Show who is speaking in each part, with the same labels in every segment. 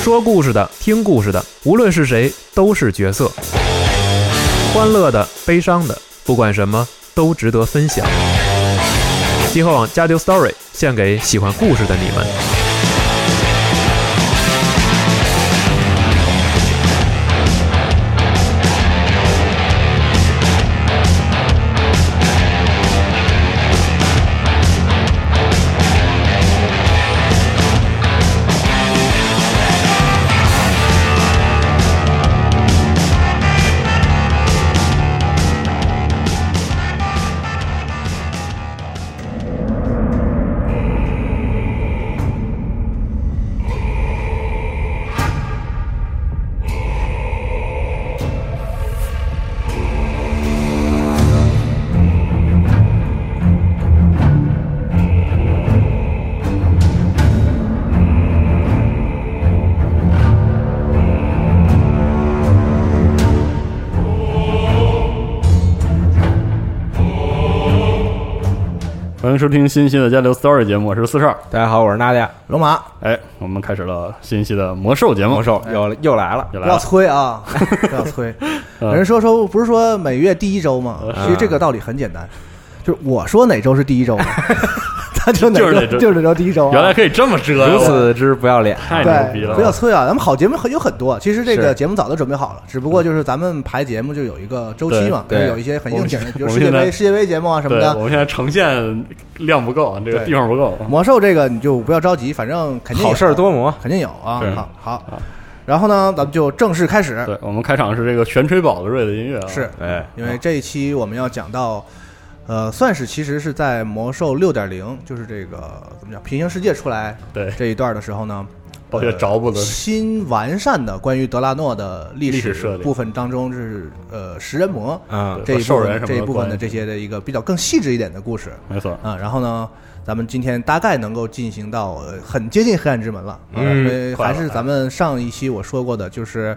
Speaker 1: 说故事的、听故事的，无论是谁，都是角色。欢乐的、悲伤的，不管什么都值得分享。极客网加丢 Story 献给喜欢故事的你们。
Speaker 2: 欢迎收听新一期的《交流 Story》节目，我是四十二。
Speaker 3: 大家好，我是娜姐，
Speaker 4: 龙马
Speaker 2: 哎，我们开始了新一期的魔兽节目，哎
Speaker 3: 魔兽又又来了，
Speaker 2: 又
Speaker 4: 不
Speaker 2: 来
Speaker 4: 要
Speaker 2: 了。
Speaker 4: 催啊，不要催。
Speaker 2: 嗯
Speaker 4: 有人说说不是说每月第一周吗？其实这个道理很简单，就是我说哪周是第 一周，啊他就哪
Speaker 2: 就是哪周
Speaker 4: 周就是哪周第一周啊。
Speaker 2: 原来可以这么折呀，
Speaker 3: 如此之不要脸。
Speaker 2: 太牛逼
Speaker 4: 对，
Speaker 2: 了！
Speaker 4: 不要催啊！咱们好节目很有很多，其实这
Speaker 3: 是
Speaker 4: 个节目早都准备好了，只不
Speaker 2: 嗯
Speaker 4: 过就是咱们排节目就有一个周期嘛，
Speaker 3: 对
Speaker 4: 就是
Speaker 3: 对
Speaker 4: 有一些很
Speaker 2: 我们
Speaker 4: 应景的，比如
Speaker 2: 我们
Speaker 4: 世界
Speaker 2: 现在
Speaker 4: 杯、世界杯节目啊什么
Speaker 2: 对，我
Speaker 4: 的。
Speaker 2: 们现在呈现量不够，啊这个
Speaker 4: 对嗯
Speaker 2: 地方不够。
Speaker 4: 魔兽这个你就不要着急，反正肯定有啊
Speaker 3: 好事儿多磨，
Speaker 4: 肯定有啊
Speaker 2: 对。
Speaker 4: 好，好，然后呢，咱们就正式开始。
Speaker 2: 对，我们开场是这个全吹宝的瑞的音乐啊，
Speaker 4: 是，
Speaker 3: 哎，
Speaker 4: 因为这一期我们要讲到，呃，算是其实是在魔兽六点零，就是这个怎么讲平行世界出来
Speaker 2: 对，
Speaker 4: 这一段的时候呢，
Speaker 2: 抱歉着不得。
Speaker 4: 新完善的关于德拉诺的历
Speaker 2: 历史设
Speaker 4: 史
Speaker 2: 定
Speaker 4: 部分当中是呃食人魔
Speaker 3: 嗯，
Speaker 4: 这一
Speaker 2: 兽
Speaker 4: 部
Speaker 2: 人什么
Speaker 4: 分这一
Speaker 2: 的
Speaker 4: 部分
Speaker 2: 关
Speaker 4: 的
Speaker 2: 系
Speaker 4: 这些的一个比较更细致一点的故事
Speaker 2: 没错，
Speaker 4: 啊，然后呢。咱们今天大概能够进行到呃很接近黑暗之门了，啊
Speaker 3: 嗯
Speaker 4: 因为
Speaker 2: 快了哎
Speaker 4: 还是咱们上一期我说过的，就是，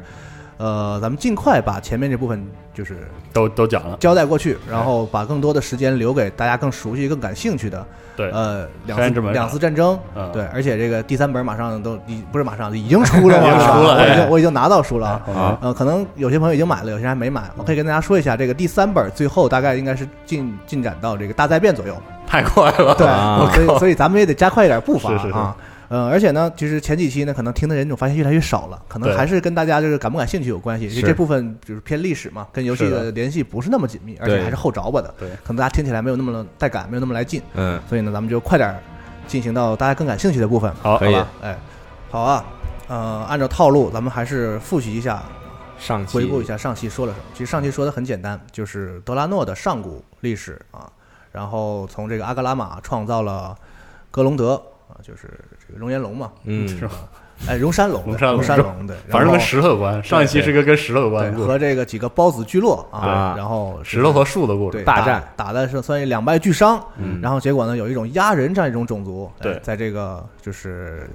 Speaker 4: 呃，咱们尽快把前面这部分就是
Speaker 2: 都都讲了。
Speaker 4: 交代过去，然后把更多的时间留给大家更熟悉、更感兴趣的，
Speaker 2: 对，
Speaker 4: 呃，两
Speaker 2: 黑暗
Speaker 4: 次
Speaker 2: 之门
Speaker 4: 两次战争
Speaker 2: 嗯，
Speaker 4: 对，而且这个第三本马上都已不是马上已经出了嘛，
Speaker 2: 已经
Speaker 4: 是吧
Speaker 2: 出了
Speaker 4: 我已
Speaker 2: 哎
Speaker 4: 经我已经拿到书了啊。
Speaker 2: 啊，
Speaker 4: 呃，可能有些朋友已经买了，有些人还没买。我可以跟大家说一下，这个第三本最后大概应该是进进展到这个大灾变左右，
Speaker 2: 太快了。
Speaker 4: 对，
Speaker 3: 啊
Speaker 4: 所以所以咱们也得加快一点步伐
Speaker 2: 是是是
Speaker 4: 啊。呃，而且呢，其实前几期呢，可能听的人我发现越来越少了，可能
Speaker 2: 对
Speaker 4: 还是跟大家就是感不感兴趣有关系。
Speaker 3: 是
Speaker 4: 就这部分就是偏历史嘛，跟游戏
Speaker 2: 是的
Speaker 4: 的联系不是那么紧密，而且
Speaker 3: 对
Speaker 4: 还是后着吧的，
Speaker 2: 对
Speaker 4: 可能大家听起来没有那么带感，没有那么来劲。
Speaker 3: 嗯，
Speaker 4: 所以呢，咱们就快点儿进行到大家更感兴趣的部分。
Speaker 2: 好，
Speaker 3: 可以
Speaker 2: 好吧
Speaker 4: 哎，好啊，呃，按照套路，咱们还是复习一下
Speaker 3: 上期
Speaker 4: 回顾一下上期说了什么。其实上期说的很简单，就是德拉诺的上古历史啊，然后从这个阿格拉玛创造了格隆德啊，就是这个熔岩龙嘛，
Speaker 3: 嗯，
Speaker 2: 是吧？
Speaker 4: 哎，熔山龙，
Speaker 2: 熔山龙
Speaker 4: 龙，山龙，对，
Speaker 2: 反正
Speaker 4: 然
Speaker 2: 跟
Speaker 4: 后
Speaker 2: 石头有关。上一期是个跟石头有
Speaker 4: 对
Speaker 2: 关的故事，
Speaker 4: 和这个几个孢子聚落啊
Speaker 3: 对，
Speaker 4: 然后是
Speaker 2: 石头和树的故
Speaker 4: 对
Speaker 2: 事。
Speaker 3: 大
Speaker 4: 打
Speaker 3: 战
Speaker 4: 打的是算是两败俱伤，
Speaker 3: 嗯
Speaker 4: 然后结果呢，有一种压人这样一种种族，哎
Speaker 2: 对
Speaker 4: 在这个就是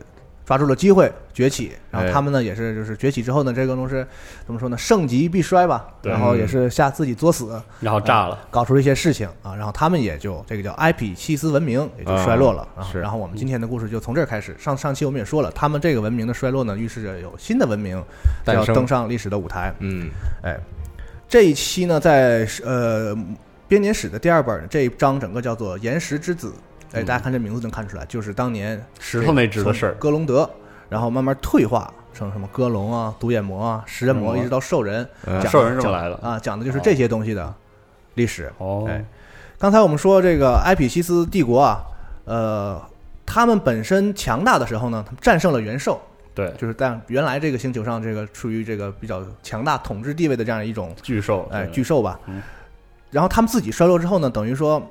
Speaker 4: 抓住了机会崛起，然后
Speaker 3: 哎
Speaker 4: 他们呢也是就是崛起之后呢，这个东西怎么说呢，盛极必衰吧，
Speaker 2: 对
Speaker 4: 然后也是下自己作死，
Speaker 2: 然后炸了。
Speaker 4: 搞出一些事情啊，然后他们也就这个叫埃匹西斯文明也就衰落了
Speaker 3: 嗯啊
Speaker 4: 啊。
Speaker 3: 是
Speaker 4: 然后我们今天的故事就从这儿开始。上上期我们也说了，他们这个文明的衰落呢，预示着有新的文明
Speaker 3: 诞
Speaker 4: 要
Speaker 3: 生
Speaker 4: 登上历史的舞台。
Speaker 3: 嗯
Speaker 4: 哎，这一期呢，在呃编年史的第二本这一章，整个叫做《岩石之子》。哎，大家看这名字就能看出来，就是当年
Speaker 2: 嗯石头那只的事儿
Speaker 4: 从哥隆德，然后慢慢退化成什么哥隆啊、独眼魔啊、食人魔，
Speaker 2: 嗯
Speaker 4: 一直到兽人，
Speaker 3: 嗯
Speaker 4: 讲
Speaker 2: 兽人是怎么
Speaker 4: 讲
Speaker 2: 来的
Speaker 4: 啊？讲的就是这些东西的历史。
Speaker 2: 哦，
Speaker 4: 哎刚才我们说这个埃匹西斯帝国啊，呃，他们本身强大的时候呢，他们战胜了元兽，
Speaker 2: 对，
Speaker 4: 就是在原来这个星球上这个处于这个比较强大统治地位的这样一种
Speaker 2: 巨兽，
Speaker 4: 哎
Speaker 2: 对
Speaker 4: 巨兽吧
Speaker 2: 嗯。
Speaker 4: 然后他们自己衰落之后呢，等于说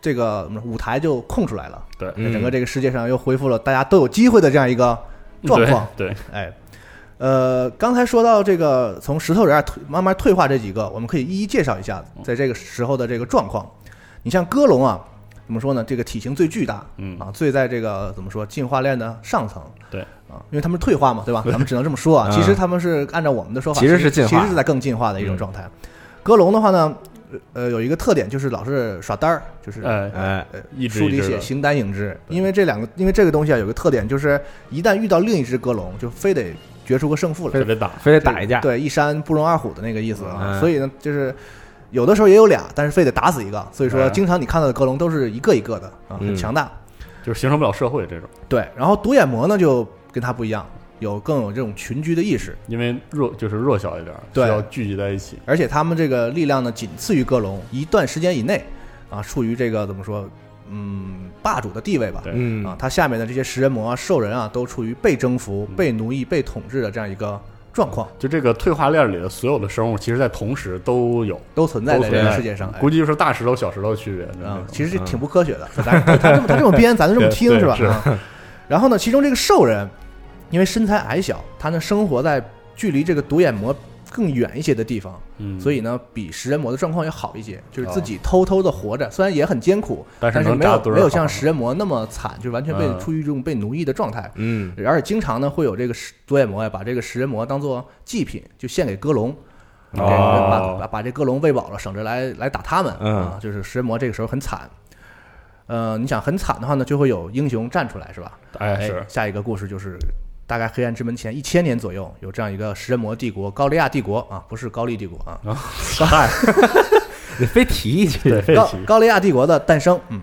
Speaker 4: 这个舞台就空出来了，
Speaker 2: 对
Speaker 3: 嗯
Speaker 4: 整个这个世界上又恢复了大家都有机会的这样一个状况。
Speaker 2: 对，
Speaker 4: 哎，呃，刚才说到这个从石头人啊退慢慢退化这几个，我们可以一一介绍一下，在这个时候的这个状况。你像鸽龙啊，怎么说呢？这个体型最巨大，
Speaker 2: 嗯
Speaker 4: 啊，最在这个怎么说进化链的上层，
Speaker 2: 对
Speaker 4: 啊，因为他们是退化嘛，对吧？咱们只能这么说啊。
Speaker 3: 嗯
Speaker 4: 其实他们是按照我们的说法，
Speaker 3: 其实
Speaker 4: 实
Speaker 3: 是进化
Speaker 4: 其是在更进化的一种状态。鸽龙的话呢，呃，有一个特点就是老是耍单儿，就是
Speaker 2: 哎
Speaker 3: 哎
Speaker 4: 呃
Speaker 2: 一只
Speaker 4: 书
Speaker 2: 一
Speaker 4: 里
Speaker 2: 只
Speaker 4: 写
Speaker 2: 的
Speaker 4: 形单影只，
Speaker 2: 对
Speaker 4: 因为这两个，因为这个东西啊有个特点，就是一旦遇到另一只鸽笼，就非得决出个胜负来。
Speaker 2: 非得打，
Speaker 3: 非得打一架，
Speaker 4: 对，一山不容二虎的那个意思啊。
Speaker 3: 嗯
Speaker 4: 所以呢，就是有的时候也有俩，但是非得打死一个。所以说，
Speaker 2: 嗯
Speaker 4: 经常你看到的格龙都是一个一个的啊，很
Speaker 3: 嗯
Speaker 4: 强大。
Speaker 2: 就是形成不了社会这种，
Speaker 4: 对，然后独眼魔呢就跟他不一样，有更有这种群居的意识，
Speaker 2: 因为弱就是弱小一点，需
Speaker 4: 对
Speaker 2: 要聚集在一起。
Speaker 4: 而且他们这个力量呢仅次于格龙，一段时间以内啊，处于这个怎么说，嗯，霸主的地位吧。
Speaker 2: 对
Speaker 3: 嗯
Speaker 4: 啊，他下面的这些食人魔啊、兽人啊，都处于被征服、被奴役、被统治的这样一个状况，
Speaker 2: 就这个退化链里的所有的生物，其实在同时都有，
Speaker 4: 都存在
Speaker 2: 都
Speaker 4: 在
Speaker 2: 存
Speaker 4: 这个
Speaker 2: 在
Speaker 4: 世界上。哎
Speaker 2: 估计就是大石头、小石头区别就是那
Speaker 4: 啊
Speaker 2: 种。，
Speaker 4: 其实这
Speaker 3: 嗯
Speaker 4: 挺不科学的。 咱他这么他这么编，咱就这么听
Speaker 2: 对
Speaker 4: 是吧？
Speaker 2: 是
Speaker 4: 啊然后呢，其中这个兽人，因为身材矮小，他呢生活在距离这个独眼魔更远一些的地方，
Speaker 2: 嗯，
Speaker 4: 所
Speaker 2: 以
Speaker 4: 以呢比食人魔的状况要好一些，就是
Speaker 2: 哦
Speaker 4: 自己偷偷的活着，虽然也很艰苦，
Speaker 2: 但
Speaker 4: 但
Speaker 2: 是能
Speaker 4: 没
Speaker 2: 扎
Speaker 4: 有
Speaker 2: 堆儿
Speaker 4: 没有
Speaker 2: 好
Speaker 4: 像食人魔那么惨，就是完全被
Speaker 2: 嗯
Speaker 4: 处于这种被奴役的状态。
Speaker 3: 嗯
Speaker 4: 而且经常呢会有这个食独眼魔呀，把这个食人魔当做祭品，就献给鸽龙，给把把
Speaker 2: 哦，
Speaker 4: 把这鸽龙喂饱了，省着来来打他们。
Speaker 3: 嗯
Speaker 4: 啊，就是食人魔这个时候很惨。呃，你想很惨的话呢，就会有英雄站出来，是吧？
Speaker 2: 哎 是，
Speaker 4: 下一个故事就是大概黑暗之门前一千年左右，有这样一个食人魔帝国——高利亚帝国啊，不是高丽帝国啊，
Speaker 3: 你非提一句，
Speaker 2: 对，费
Speaker 4: 高
Speaker 2: 奇，
Speaker 4: 高利亚帝国的诞生。嗯，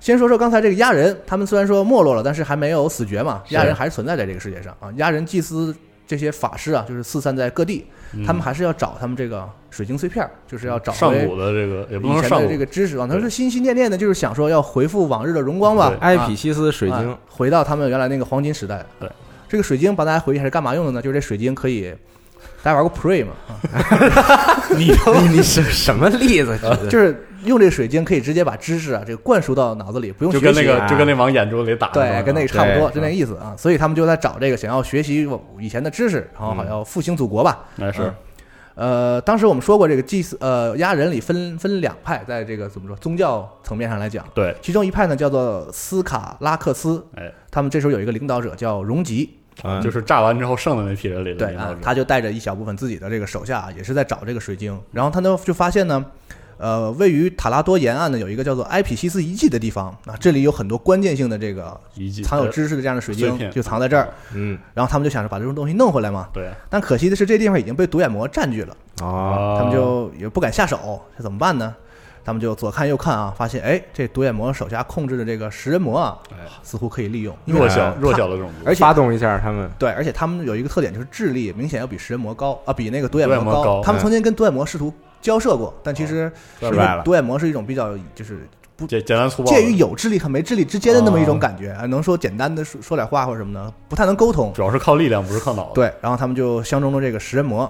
Speaker 4: 先说说刚才这个亚人，他们虽然说没落了，但是还没有死绝嘛，
Speaker 2: 是
Speaker 4: 亚人还是存在在这个世界上啊。亚人祭司这些法师啊，就是四散在各地，他们还是要找他们这个水晶碎片儿，就是要找
Speaker 2: 嗯上
Speaker 4: 回
Speaker 2: 古的这个也不
Speaker 4: 以
Speaker 2: 能说
Speaker 4: 前
Speaker 2: 上
Speaker 4: 的
Speaker 2: 古
Speaker 4: 这，个知识啊。他们是心心念念的，就是想说要回复往日的荣光吧
Speaker 2: 对，
Speaker 3: 埃
Speaker 4: 啊
Speaker 3: 匹西斯水
Speaker 4: 啊
Speaker 3: 晶，
Speaker 4: 回到他们原来那个黄金时代。
Speaker 2: 对，
Speaker 4: 这个水晶把大家回忆一下是干嘛用的呢？就是这水晶可以，大家玩过 Pre 嘛，啊
Speaker 3: 你你你是什么例子？
Speaker 4: 啊
Speaker 3: 就
Speaker 4: 就是用这水晶可以直接把知识啊这个灌输到脑子里，不用
Speaker 2: 就
Speaker 4: 学
Speaker 2: 跟那
Speaker 4: 习
Speaker 2: 个
Speaker 3: 啊
Speaker 2: 就跟那往眼珠里打的那种，
Speaker 4: 对，跟那个差不多，
Speaker 3: 对
Speaker 4: 就那个意思啊。所以他们就在找这个，想要学习以前的知识，然
Speaker 2: 嗯
Speaker 4: 后好像复兴祖国吧。
Speaker 2: 哎是
Speaker 4: 嗯呃，当时我们说过，这个祭祀呃亚人里分分两派，在这个怎么说宗教层面上来讲，
Speaker 2: 对，
Speaker 4: 其中一派呢叫做斯卡拉克斯，
Speaker 2: 哎，
Speaker 4: 他们这时候有一个领导者叫荣吉，
Speaker 3: 嗯
Speaker 2: 就是炸完之后剩的那批人里的
Speaker 4: 对
Speaker 2: 领导
Speaker 4: 啊
Speaker 2: 者，
Speaker 4: 他就带着一小部分自己的这个手下，也是在找这个水晶，然后他呢就发现呢。呃，位于塔拉多沿岸呢，有一个叫做埃匹西斯遗迹的地方啊，这里有很多关键性的这个
Speaker 2: 遗迹
Speaker 4: 藏有
Speaker 2: 对
Speaker 4: 知识的这样的水
Speaker 2: 碎
Speaker 4: 晶，
Speaker 2: 片
Speaker 4: 就藏在这儿。
Speaker 3: 嗯
Speaker 4: 然后他们就想着把这种东西弄回来嘛。
Speaker 2: 对啊
Speaker 4: 但可惜的是，这地方已经被独眼魔占据了，
Speaker 3: 哦，
Speaker 4: 啊他们就也不敢下手，这怎么办呢？他们就左看右看啊，发现哎，这独眼魔手下控制的这个食人魔啊，似乎可以利用，因为
Speaker 2: 弱
Speaker 3: 哎
Speaker 2: 小
Speaker 3: 他
Speaker 2: 弱小的种族，
Speaker 4: 而且
Speaker 3: 发动一下他们，
Speaker 4: 对，而且他们有一个特点就是智力明显要比食人魔高啊，比那个独眼
Speaker 2: 独眼
Speaker 4: 魔
Speaker 2: 魔高哦
Speaker 4: 他们曾经跟独眼魔试图交涉过，但其实
Speaker 3: 失
Speaker 4: 因为
Speaker 3: 败了
Speaker 4: 独眼魔是一种比较就是
Speaker 2: 简简单粗暴的，
Speaker 4: 介于有智力和没智力之间的那么一种感觉，啊能说简单的说说点话或者什么的，不太能沟通。
Speaker 2: 主要是靠力量，不是靠脑子。
Speaker 4: 对，然后他们就相中了这个食人魔，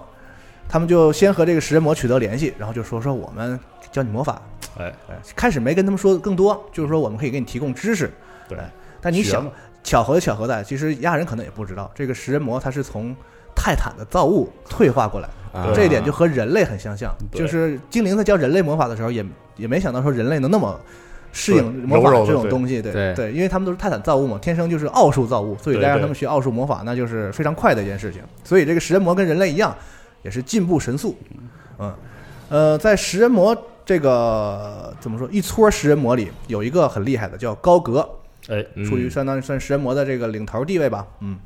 Speaker 4: 他们就先和这个食人魔取得联系，然后就说说我们教你魔法。
Speaker 2: 哎，
Speaker 4: 哎，开始没跟他们说更多，就是说我们可以给你提供知识。
Speaker 2: 对
Speaker 4: 哎，但你
Speaker 2: 学
Speaker 4: 想
Speaker 2: 嘛，
Speaker 4: 巧合就巧合在，其实亚人可能也不知道，这个食人魔他是从泰坦的造物退化过来，
Speaker 3: 啊
Speaker 4: 这一点就和人类很相像。
Speaker 2: 对
Speaker 4: 就是精灵在教人类魔法的时候也，也没想到说人类能那么。适应
Speaker 2: 对
Speaker 4: 魔法
Speaker 2: 柔柔地
Speaker 4: 这种
Speaker 2: 对
Speaker 4: 东西，对
Speaker 3: 对
Speaker 4: 因为他们都是泰坦造物嘛，天生就是奥数造物，所以
Speaker 2: 对
Speaker 4: 再让
Speaker 2: 对
Speaker 4: 他们学奥数魔法，那就是非常快的一件事情。所以这个食人魔跟人类一样，也是进步神速。嗯，呃，在食人魔这个怎么说，一撮食人魔里有一个很厉害的叫高格，
Speaker 2: 哎，
Speaker 3: 嗯
Speaker 4: 处于相当于算食人魔的这个领头地位吧。嗯，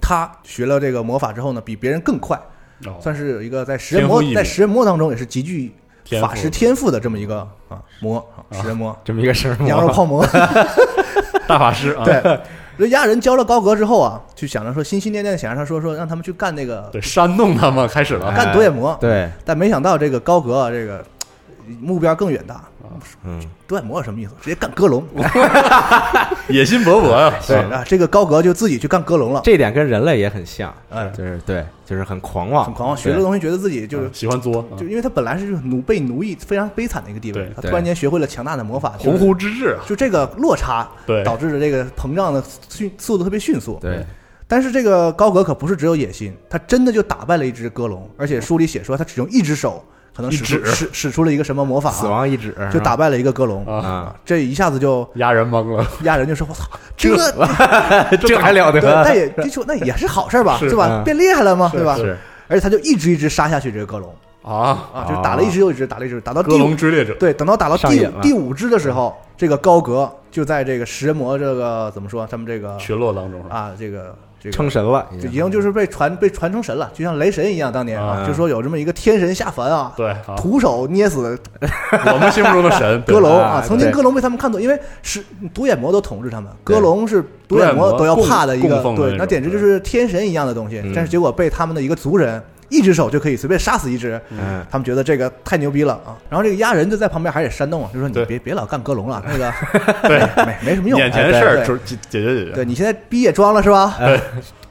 Speaker 4: 他学了这个魔法之后呢，比别人更快，
Speaker 2: 哦
Speaker 4: 算是有一个在食人魔
Speaker 2: 天赋异禀
Speaker 4: 在食人魔当中也是极具
Speaker 2: 天赋
Speaker 4: 法师天赋的这么一个啊魔啊食 人魔
Speaker 3: 这么一个神魔
Speaker 4: 羊肉泡馍。
Speaker 2: 大法师啊，
Speaker 4: 对，这亚人教了高格之后啊，就想着说心心念念地想让他说说让他们去干那个
Speaker 2: 对，煽动他们开始了。
Speaker 4: 干独眼魔，
Speaker 3: 对，
Speaker 4: 但没想到这个高格啊，这个目标更远大。
Speaker 3: 嗯，
Speaker 4: 独眼魔有什么意思？直接干鸽 龙。
Speaker 2: 野心勃勃呀、
Speaker 4: 对啊，这个高格就自己去干鸽龙了，
Speaker 3: 这一点跟人类也很像，
Speaker 4: 哎
Speaker 3: 就是对，就是很狂妄，
Speaker 4: 很狂妄，学了
Speaker 3: 对
Speaker 4: 东西觉得自己就是
Speaker 2: 喜欢作，啊
Speaker 4: 就因为他本来是就是奴被奴役非常悲惨的一个地位
Speaker 2: 对，
Speaker 4: 他
Speaker 3: 对
Speaker 4: 突然间学会了强大的魔法，
Speaker 2: 鸿
Speaker 4: 就是
Speaker 2: 鹄之志啊。
Speaker 4: 就这个落差，
Speaker 2: 对
Speaker 4: 导致了这个膨胀的迅速度特别迅速。
Speaker 3: 对，
Speaker 4: 但是这个高格可不是只有野心，他真的就打败了一只鸽龙，而且书里写说他只用一只手，可能
Speaker 2: 一
Speaker 4: 使
Speaker 2: 指
Speaker 4: 出使使出了一个什么魔法啊，
Speaker 3: 死亡一指
Speaker 4: 就打败了一个鸽龙
Speaker 2: 啊
Speaker 3: 啊，
Speaker 4: 这一下子就
Speaker 2: 压人懵了，
Speaker 4: 亚人就 说：“我操，这个哎
Speaker 3: 这还 了
Speaker 4: 对，
Speaker 3: 得？
Speaker 4: 那也的确那也是好事儿吧，
Speaker 2: 是
Speaker 4: 是吧？
Speaker 3: 嗯
Speaker 4: 变厉害了吗？对吧？
Speaker 2: 是
Speaker 4: 而且他就一只一只杀下去这个鸽龙
Speaker 2: 啊，
Speaker 4: 啊，就打了一只又一只，打了一只，打到第
Speaker 2: 鸽
Speaker 4: 五
Speaker 2: 笼追猎者，
Speaker 4: 对，等到打到
Speaker 3: 上
Speaker 4: 第
Speaker 3: 瘾
Speaker 4: 五
Speaker 3: 了
Speaker 4: 第五只的时候，这个高格就在这个食人魔这个怎么说，他们这个
Speaker 2: 群落当中是吧
Speaker 4: 啊这个这个
Speaker 3: 成神了，
Speaker 4: 就已经就是被传被传成神了，就像雷神一样，当年
Speaker 2: 啊
Speaker 4: 就说有这么一个天神下凡啊，
Speaker 2: 对啊，
Speaker 4: 徒手捏死
Speaker 2: 我们心目中的神
Speaker 4: 戈隆啊，
Speaker 3: 啊
Speaker 4: 曾经
Speaker 3: 对
Speaker 4: 戈隆被他们看作，因为是独眼魔都统治他们，
Speaker 3: 对
Speaker 4: 戈隆是独眼魔都要怕的一
Speaker 2: 独
Speaker 4: 个
Speaker 2: 眼魔供供奉的那种，
Speaker 4: 对那简直就是天神一样的东西
Speaker 3: 嗯。
Speaker 4: 但是结果被他们的一个族人一只手就可以随便杀死一只，
Speaker 3: 嗯，
Speaker 4: 他们觉得这个太牛逼了啊。然后这个压人就在旁边还得煽动啊，就说你
Speaker 2: 对
Speaker 4: 别别老干戈隆了，那个
Speaker 2: 对
Speaker 4: 没没什么用，
Speaker 2: 眼前
Speaker 4: 哎
Speaker 2: 的事
Speaker 4: 对
Speaker 2: 儿解解决解
Speaker 4: 对
Speaker 2: 决，
Speaker 4: 对你现在逼也装了是 吧？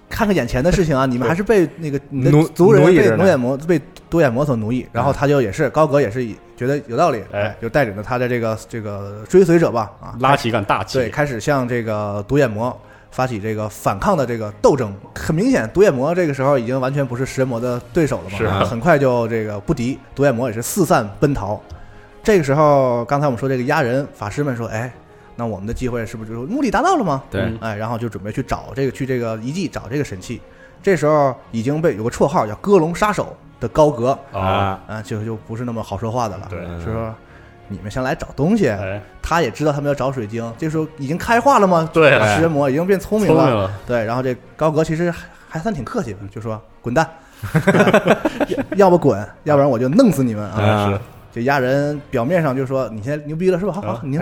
Speaker 4: 看看眼前的事情啊，你们还是被那个你的
Speaker 3: 奴
Speaker 4: 族人
Speaker 3: 奴役
Speaker 4: 被
Speaker 3: 着呢哎
Speaker 4: 独眼魔被独眼魔所奴役，然后他就也是高格也是以觉得有道理，啊
Speaker 2: 哎，
Speaker 4: 就带领着他的这个这个追随者吧啊，
Speaker 2: 拉旗杆大旗，
Speaker 4: 对，开始向这个独眼魔发起这个反抗的这个斗争。很明显，独眼魔这个时候已经完全不是食人魔的对手了嘛，
Speaker 2: 是啊
Speaker 4: 很快就这个不敌，独眼魔也是四散奔逃。这个时候，刚才我们说这个压人法师们说，哎，那我们的机会是不是就是目的达到了吗？
Speaker 3: 对
Speaker 2: 嗯
Speaker 4: 哎，然后就准备去找这个去这个遗迹找这个神器。这时候已经被有个绰号叫“戈隆杀手”的高格
Speaker 2: 啊，
Speaker 4: 啊，就就不是那么好说话的了。
Speaker 2: 对
Speaker 4: 是说你们先来找东西，
Speaker 2: 哎，
Speaker 4: 他也知道他们要找水晶，这时候已经开化了吗？
Speaker 2: 对啊
Speaker 4: 食人魔已经变啊聪
Speaker 2: 聪
Speaker 4: 明
Speaker 2: 明
Speaker 4: 了。
Speaker 2: 了，
Speaker 4: 对，然后这高格其实还还算挺客气的，就说滚 蛋，呃要不滚，要不然我就弄死你们啊！
Speaker 3: 啊
Speaker 2: 是
Speaker 4: 这压人表面上就说你现在牛逼了是吧？好好
Speaker 2: 啊，
Speaker 4: 你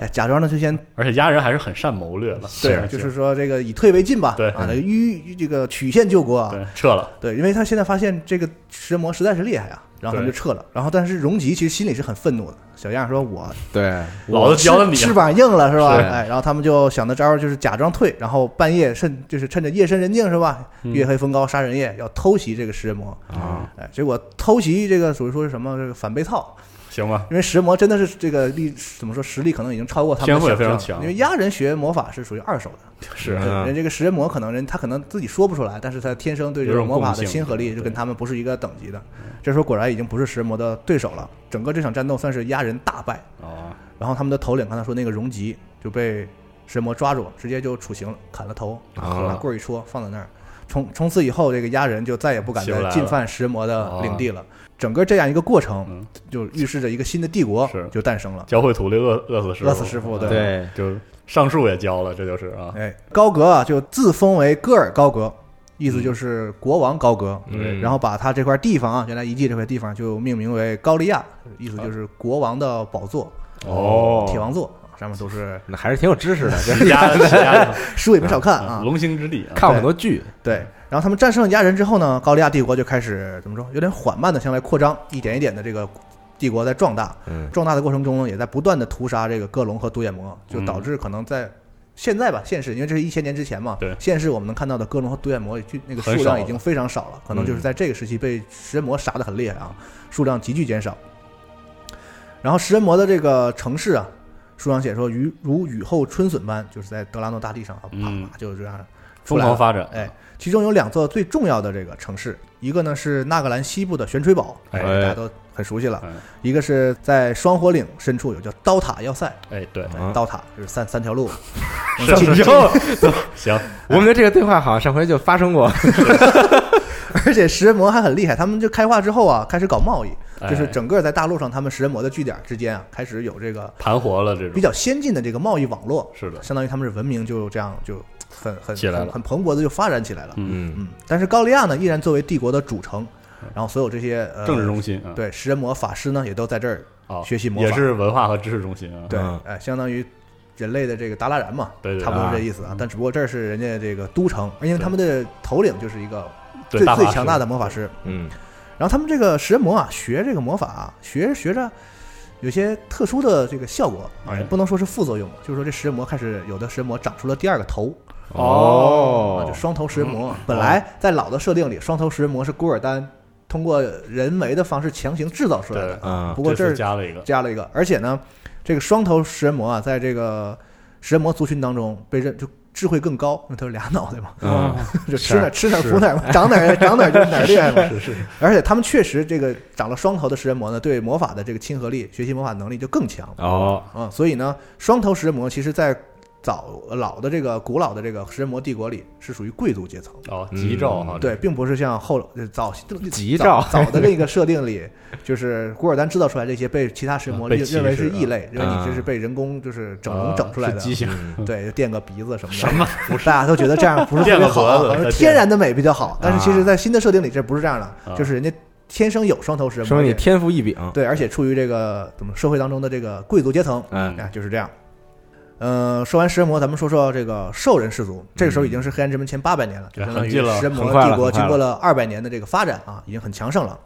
Speaker 4: 哎假装的就先
Speaker 2: 而且压人还是很善谋略的，
Speaker 4: 对，啊就是说这个以退为进吧，
Speaker 2: 对
Speaker 4: 啊，这个迂这个曲线救国啊，
Speaker 2: 对，撤了，
Speaker 4: 对，因为他现在发现这个食人魔实在是厉害啊，然后他们就撤了。然后但是荣吉其实心里是很愤怒的，小样说我
Speaker 3: 对，
Speaker 2: 老子教了你啊
Speaker 4: 翅，膀硬了是吧？
Speaker 2: 是
Speaker 4: 哎，然后他们就想的招儿就是假装退，然后半夜趁就是趁着夜深人静是吧？
Speaker 2: 嗯
Speaker 4: 月黑风高杀人夜，要偷袭这个食人魔。
Speaker 3: 啊，
Speaker 4: 哎，结果偷袭这个属于说是什么这个反被操，
Speaker 2: 行吧，
Speaker 4: 因为食人魔真的是这个力怎么说实力可能已经超过他们
Speaker 2: 天
Speaker 4: 的
Speaker 2: 赋也
Speaker 4: 想象
Speaker 2: 非常强
Speaker 4: 因为压人学魔法是属于二手的，
Speaker 2: 是
Speaker 4: 对人这个食人魔可能人他可能自己说不出来，但是他天生对这
Speaker 2: 有
Speaker 4: 种
Speaker 2: 种
Speaker 4: 魔法
Speaker 2: 共
Speaker 4: 的
Speaker 2: 性
Speaker 4: 亲和力
Speaker 2: 对
Speaker 4: 就跟他们不是一个等级的。这时候果然已经不是食人魔的对手了，整个这场战斗算是压人大败。
Speaker 2: 哦，
Speaker 4: 然后他们的头领刚才说那个荣吉就被神魔抓住，直接就处刑了，砍了头，
Speaker 3: 啊
Speaker 4: 拿棍儿一戳放在那儿。从从此以后，这个压人就再也不敢
Speaker 2: 起不来
Speaker 4: 再
Speaker 2: 了啊
Speaker 4: 进犯食人魔的领地了。整个这样一个过程，
Speaker 2: 嗯
Speaker 4: 就预示着一个新的帝国
Speaker 2: 是
Speaker 4: 就诞生了。
Speaker 2: 教会徒弟饿饿死师傅，
Speaker 4: 饿死师傅对
Speaker 3: 对
Speaker 2: 啊就上树也教了，这就是啊，
Speaker 4: 哎，高格啊，就自封为戈尔高格，意
Speaker 2: 嗯
Speaker 4: 思就是国王高格。
Speaker 3: 嗯
Speaker 4: 然后把他这块地方啊，原来遗迹这块地方就命名为高利亚，意思就是国王的宝座、
Speaker 2: 嗯哦
Speaker 4: 铁王座，上面都是
Speaker 3: 那还是挺有知识的，这
Speaker 2: 世 家世家
Speaker 4: 书也没少看啊
Speaker 2: 嗯。龙兴之地啊，
Speaker 3: 看过很多剧，
Speaker 4: 对，然后他们战胜了亚人之后呢，高利亚帝国就开始怎么说，有点缓慢的向外扩张，一点一点的这个帝国在壮大，
Speaker 3: 嗯
Speaker 4: 壮大的过程中呢，也在不断的屠杀这个各龙和独眼魔，就
Speaker 2: 嗯
Speaker 4: 导致可能在现在吧，现世，因为这是一千年之前嘛，
Speaker 2: 对
Speaker 4: 现世我们能看到的各龙和独眼魔就那个数
Speaker 2: 很少
Speaker 4: 量
Speaker 2: 了嗯
Speaker 4: 已经非常少了，可能就是在这个时期被食人魔杀的很厉害啊，数量急剧减少。然后食人魔的这个城市啊，书上写说如如雨后春笋般，就是在德拉诺大地上啊，啪
Speaker 2: 嗯
Speaker 4: 啪就这样出
Speaker 2: 疯
Speaker 4: 来了
Speaker 2: 狂发展，
Speaker 4: 哎，其中有两座最重要的这个城市，一个呢是纳格兰西部的悬垂堡，
Speaker 2: 哎
Speaker 4: 大家都很熟悉了；
Speaker 2: 哎
Speaker 4: 一个是在双火岭深处有叫刀塔要塞，
Speaker 2: 哎，对，
Speaker 3: 啊，
Speaker 4: 刀塔就是三三条路，嗯
Speaker 2: 上
Speaker 4: 进
Speaker 2: 以 后行，
Speaker 3: 我们的这个对话好像上回就发生过，
Speaker 4: 而且食人魔还很厉害，他们就开化之后啊，开始搞贸易， 就是
Speaker 2: 哎
Speaker 4: 整个在大陆上他们食人魔的据点之间啊，开始有这个
Speaker 2: 盘活了这
Speaker 4: 比
Speaker 2: 种，
Speaker 4: 较先进的这个贸易网络，
Speaker 2: 是的，
Speaker 4: 相当于他们是文明就这样就很很
Speaker 2: 起来了
Speaker 4: 很很蓬勃的就发展起来了。
Speaker 3: 嗯，
Speaker 4: 嗯，但是高利亚呢，依然作为帝国的主城，
Speaker 2: 嗯
Speaker 4: 然后所有这些、呃、
Speaker 2: 政治中心啊，
Speaker 4: 对，食人魔法师呢也都在这儿，
Speaker 2: 哦，
Speaker 4: 学习魔法
Speaker 2: 也是文化和知识中心啊，
Speaker 4: 对
Speaker 3: 嗯，
Speaker 4: 哎，相当于人类的这个达拉然嘛，
Speaker 2: 对对
Speaker 4: 差不多这意思啊。但只不过这是人家这个都城，因为他们的头领就是一个
Speaker 2: 对
Speaker 4: 最
Speaker 2: 大
Speaker 4: 最
Speaker 2: 法师
Speaker 4: 强大的魔法师。
Speaker 3: 嗯
Speaker 4: 然后他们这个食人魔啊，学这个魔法啊，学着学着。有些特殊的这个效果啊，
Speaker 2: 哎
Speaker 4: 也不能说是副作用吧，就是说这食人魔开始有的食人魔长出了第二个头啊，
Speaker 3: 哦
Speaker 4: 就，双头食人
Speaker 2: 嗯
Speaker 4: 魔。本
Speaker 2: 哦
Speaker 4: 来在老的设定里，双头食人魔是古尔丹通过人为的方式强行制造出来的，
Speaker 2: 对
Speaker 3: 啊
Speaker 4: 不过这
Speaker 2: 这
Speaker 4: 儿
Speaker 2: 次加了一个，
Speaker 4: 加了一个，而且呢，这个双头食人魔啊，在这个食人魔族群当中被认就智慧更高，因为它有俩脑袋嘛，
Speaker 3: 嗯，
Speaker 2: 啊
Speaker 4: 就吃哪儿吃哪儿
Speaker 3: 是
Speaker 4: 补哪儿嘛， 长哪儿长哪儿就哪儿厉害嘛。
Speaker 2: 是是，
Speaker 4: 而且他们确实这个长了双头的食人魔呢，对魔法的这个亲和力、学习魔法能力就更强
Speaker 3: 哦，
Speaker 4: 啊、所以呢，双头食人魔其实在早老的这个古老的这个食人魔帝国里是属于贵族阶层，
Speaker 2: 哦，吉兆哈，
Speaker 4: 嗯对，并不是像后呃早
Speaker 3: 吉
Speaker 4: 早
Speaker 3: 兆
Speaker 4: 早的这个设定里，就是古尔丹制造出来这些被其他神魔
Speaker 2: 啊被
Speaker 4: 认
Speaker 2: 歧
Speaker 4: 认为
Speaker 2: 视
Speaker 4: 是
Speaker 2: 啊
Speaker 4: 异类，认为
Speaker 3: 啊
Speaker 4: 你这是被人工就是整
Speaker 2: 啊
Speaker 4: 容整出来的
Speaker 2: 是畸，形，
Speaker 3: 嗯
Speaker 4: 对，垫个鼻子什么的，什 么大家都觉得这样不是特
Speaker 2: 垫
Speaker 4: 别
Speaker 2: 个
Speaker 4: 好
Speaker 2: 脖子
Speaker 4: 啊，
Speaker 2: 再
Speaker 4: 说
Speaker 2: 垫
Speaker 4: 天然的美比较好。但是其实，
Speaker 3: 啊
Speaker 4: 在新的设定里，这不是这样的，
Speaker 2: 啊
Speaker 4: 就是人家天生有双头食人魔，
Speaker 3: 说明你天赋异禀。
Speaker 4: 对，而且处于这个怎么社会当中的这个贵族阶层，
Speaker 3: 嗯
Speaker 4: 啊，就是这样。呃，说完食人魔，咱们说说这个兽人氏族。这个时候已经是黑暗之门前八百年了，就
Speaker 2: 对
Speaker 4: 相当
Speaker 2: 很
Speaker 4: 于
Speaker 2: 近了
Speaker 4: 食人
Speaker 3: 嗯很
Speaker 4: 魔
Speaker 3: 快了
Speaker 4: 帝国
Speaker 3: 很快
Speaker 4: 经
Speaker 3: 了
Speaker 4: 过了二百年的这个发展啊，已经很强盛了。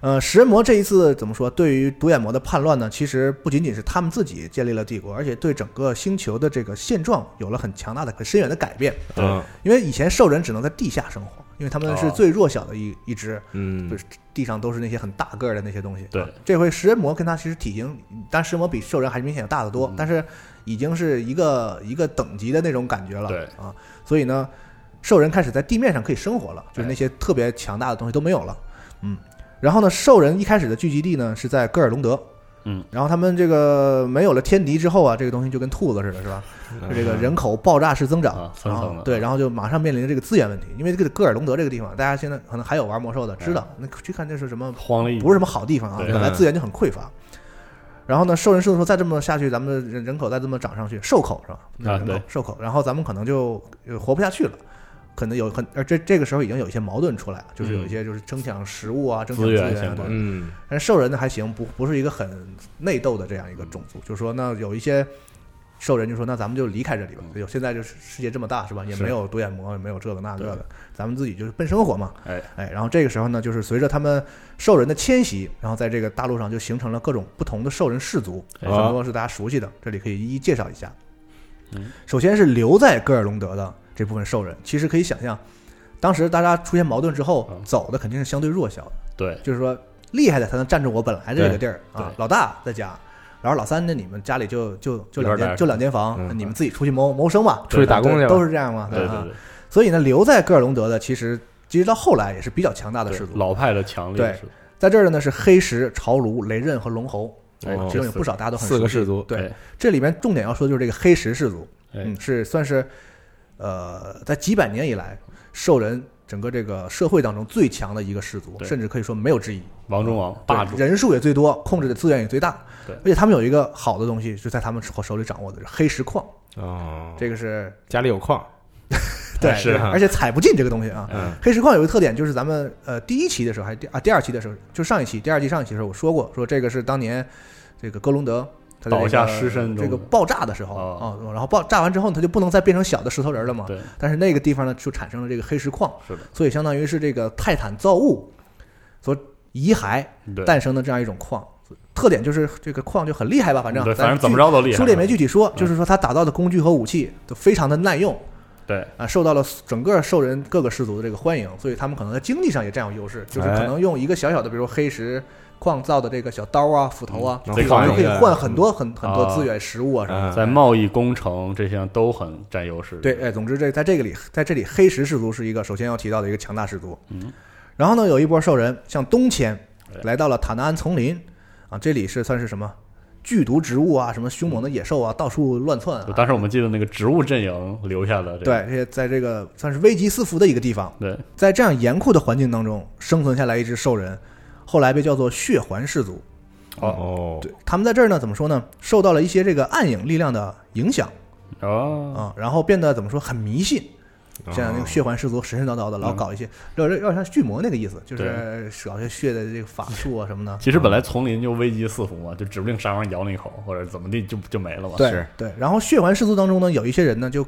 Speaker 4: 呃，食人魔这一次怎么说？对于独眼魔的叛乱呢，其实不仅仅是他们自己建立了帝国，而且对整个星球的这个现状有了很强大的、很深远的改变。
Speaker 2: 嗯
Speaker 4: 因为以前兽人只能在地下生活，因为他们是
Speaker 2: 哦
Speaker 4: 最弱小的一一支，
Speaker 3: 嗯
Speaker 4: 对，地上都是那些很大个儿的那些东西。
Speaker 2: 对，
Speaker 4: 这回食人魔跟他其实体型，但食人魔比兽人还明显要大得多，
Speaker 2: 嗯
Speaker 4: 但是已经是一个一个等级的那种感觉了。
Speaker 2: 对
Speaker 4: 啊，所以呢，兽人开始在地面上可以生活
Speaker 2: 哎
Speaker 4: 了，就是那些特别强大的东西都没有了。嗯，然后呢，兽人一开始的聚集地呢是在戈尔隆德。
Speaker 2: 嗯，
Speaker 4: 然后他们这个没有了天敌之后啊，这个东西就跟兔子似的，是吧？就这个人口爆炸式增长
Speaker 2: 嗯啊蹭蹭的
Speaker 4: 对，然后就马上面临这个资源问题，因为这个戈尔隆德这个地方，大家现在可能还有玩魔兽的知道，那去看这是什么
Speaker 2: 慌了一
Speaker 4: 不是什么好地方啊，
Speaker 2: 嗯对嗯
Speaker 4: 本来资源就很匮乏。然后呢，兽人氏族说再这么下去，咱们人人口再这么涨上去，兽口是吧？
Speaker 2: 啊
Speaker 4: 人口
Speaker 2: 对
Speaker 4: 兽口，然后咱们可能就呃活不下去了。可能有很，而这这个时候已经有一些矛盾出来了，就是有一些就是争抢食物啊，争
Speaker 2: 嗯
Speaker 4: 抢
Speaker 2: 资
Speaker 4: 资
Speaker 2: 源
Speaker 4: 源
Speaker 2: 相
Speaker 4: 啊
Speaker 2: 关
Speaker 4: 对
Speaker 3: 嗯
Speaker 4: 但是兽人呢还行，不不是一个很内斗的这样一个种族，就是说那有一些兽人就说那咱们就离开这里吧，有现在就是世界这么大是吧？也
Speaker 2: 嗯是
Speaker 4: 没有独眼魔，也没有这个那个
Speaker 2: 对
Speaker 4: 的，咱们自己就是奔生活嘛。
Speaker 2: 哎
Speaker 4: 然后这个时候呢，就是随着他们兽人的迁徙，然后在这个大陆上就形成了各种不同的兽人氏族，
Speaker 2: 哎
Speaker 4: 很多是大家熟悉的，这里可以一一介绍一下
Speaker 2: 嗯。
Speaker 4: 首先是留在戈尔隆德的这部分兽人，其实可以想象，当时大家出现矛盾之后
Speaker 2: 嗯，
Speaker 4: 走的肯定是相对弱小的。
Speaker 2: 对
Speaker 4: 就是说厉害的才能占住我本来这个地儿
Speaker 2: 对
Speaker 4: 啊。老大在家，然后老三呢，你们家里就就就两
Speaker 2: 有点儿
Speaker 4: 间就两间房，
Speaker 3: 嗯
Speaker 4: 你们自己出去谋谋生吧，
Speaker 3: 出去打工去吧
Speaker 4: 都是这样嘛。
Speaker 2: 对
Speaker 4: 啊
Speaker 2: 对
Speaker 4: 所以呢，留在戈尔隆德的其实其实到后来也是比较强大的
Speaker 2: 对
Speaker 4: 氏
Speaker 2: 对，
Speaker 4: 族，
Speaker 2: 老派的强烈
Speaker 4: 对
Speaker 2: 是
Speaker 4: 在这儿的呢是黑石、潮卢、雷刃和龙侯。
Speaker 2: 哎
Speaker 3: 哦
Speaker 4: 其中有不少大家都很
Speaker 3: 四
Speaker 4: 熟
Speaker 3: 个
Speaker 4: 悉
Speaker 3: 氏族
Speaker 4: 对
Speaker 2: 哎，
Speaker 4: 这里面重点要说的就是这个黑石氏族，
Speaker 2: 哎
Speaker 4: 嗯，是算是，呃，在几百年以来，兽人整个这个社会当中最强的一个氏族，
Speaker 2: 对
Speaker 4: 甚至可以说没有之一。
Speaker 2: 王中王霸主
Speaker 4: 对人数也最多，控制的资源也最大。
Speaker 2: 对
Speaker 4: 而且他们有一个好的东西，就在他们手手里掌握的是黑石矿，
Speaker 3: 哦，
Speaker 4: 这个是哎
Speaker 3: 家里有矿，
Speaker 4: 对，
Speaker 2: 嗯是哎
Speaker 3: 啊
Speaker 4: 而且采不进这个东西啊。
Speaker 3: 嗯
Speaker 4: 黑石矿有一个特点，就是咱们呃第一期的时候，还是第啊第二期的时候，就上一期、第二季上一期的时候，我说过，说这个是当年这个戈隆德他的
Speaker 2: 倒
Speaker 4: 这个
Speaker 2: 下尸身中
Speaker 4: 这个爆炸的时候啊
Speaker 2: 哦，
Speaker 4: 然后爆炸完之后，它就不能再变成小的石头人了嘛。
Speaker 2: 对
Speaker 4: 但是那个地方呢，就产生了这个黑石矿，
Speaker 2: 是的
Speaker 4: 所以相当于是这个泰坦造物所遗骸
Speaker 2: 对
Speaker 4: 诞生的这样一种矿。特点就是这个矿就很厉害吧，反正
Speaker 2: 对
Speaker 4: 咱
Speaker 2: 反正怎么
Speaker 4: 具
Speaker 2: 着都厉害啊嗯
Speaker 4: 书里也没具体说，就是说他打造的工具和武器都非常的耐用
Speaker 2: 对
Speaker 4: 啊，受到了整个兽人各个氏族的这个欢迎，所以他们可能在经济上也占有优
Speaker 2: 哎
Speaker 4: 势，就是可能用一个小小的，比如说黑石矿造的这个小刀啊、斧头啊，
Speaker 3: 嗯
Speaker 4: 这个
Speaker 2: 贼
Speaker 4: 玩意
Speaker 2: 好
Speaker 4: 儿可以
Speaker 3: 用
Speaker 4: 换很多很很多
Speaker 2: 啊
Speaker 4: 资源、食物啊什么的。
Speaker 3: 嗯
Speaker 2: 在贸易工程这些都很占优势
Speaker 4: 对，哎，总之这在这个里，在这里黑石氏族是一个首先要提到的一个强大氏族。
Speaker 2: 嗯，
Speaker 4: 然后呢，有一波兽人向东迁
Speaker 2: 哎，
Speaker 4: 来到了塔纳安丛林啊，这里是算是什么剧毒植物啊，什么凶猛的野兽啊，到处乱窜
Speaker 2: 就
Speaker 4: 啊。
Speaker 2: 当时我们记得那个植物阵营留下的这
Speaker 4: 对
Speaker 2: 个，
Speaker 4: 这些在这个算是危机四伏的一个地方，
Speaker 2: 对
Speaker 4: 在这样严酷的环境当中生存下来一只兽人，后来被叫做血环氏族。
Speaker 3: 哦，
Speaker 4: 对，他们在这儿呢，怎么说呢？受到了一些这个暗影力量的影响
Speaker 2: 哦，
Speaker 4: 啊，然后变得怎么说很迷信，
Speaker 2: 嗯
Speaker 3: 哦
Speaker 4: 像那个血环氏族神神叨叨的，老搞一些，有点有点像巨魔那个意思，就是搞一些血的这个法术啊什么的。
Speaker 2: 其实本来丛林就危机四伏嘛，就指不定啥玩意儿咬你一口或者怎么地就就没了嘛，
Speaker 4: 对
Speaker 3: 是
Speaker 4: 对，然后血环氏族当中呢，有一些人呢就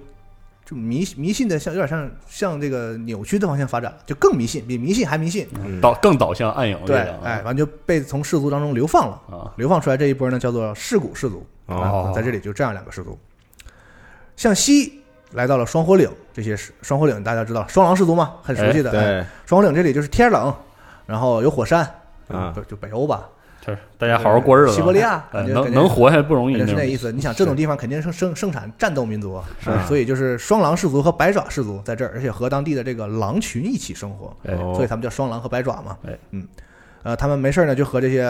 Speaker 4: 就迷迷信的，像有点像向这个扭曲的方向发展，就更迷信，比迷信还迷信。
Speaker 3: 嗯
Speaker 2: 导更导向暗影力
Speaker 4: 对
Speaker 2: 量，啊，
Speaker 4: 哎，完就被从氏族当中流放了，
Speaker 2: 啊，
Speaker 4: 流放出来这一波呢叫做噬骨氏族。
Speaker 3: 哦，
Speaker 2: 哦
Speaker 4: 啊，在这里就这样两个氏族，向西来到了双火岭，这些是双火岭大家知道双狼氏族嘛，很熟悉的。哎，
Speaker 3: 对，
Speaker 4: 双火岭这里就是天冷，然后有火山，
Speaker 3: 啊
Speaker 4: 就就北欧吧，
Speaker 2: 就是大家好好过日子啊，
Speaker 4: 西伯利亚
Speaker 2: 哎
Speaker 4: 感觉
Speaker 2: 能
Speaker 4: 感觉
Speaker 2: 能活下来不容易
Speaker 4: 也，是
Speaker 2: 那
Speaker 4: 那
Speaker 2: 种
Speaker 4: 意思。你想这种地方肯定生生生产战斗民族啊，
Speaker 3: 是啊
Speaker 4: 所以就是双狼氏族和白爪氏族在这儿，而且和当地的这个狼群一起生活，
Speaker 2: 哎
Speaker 3: 哦
Speaker 4: 所以他们叫双狼和白爪嘛
Speaker 2: 哎。
Speaker 4: 嗯，呃，他们没事儿呢就和这些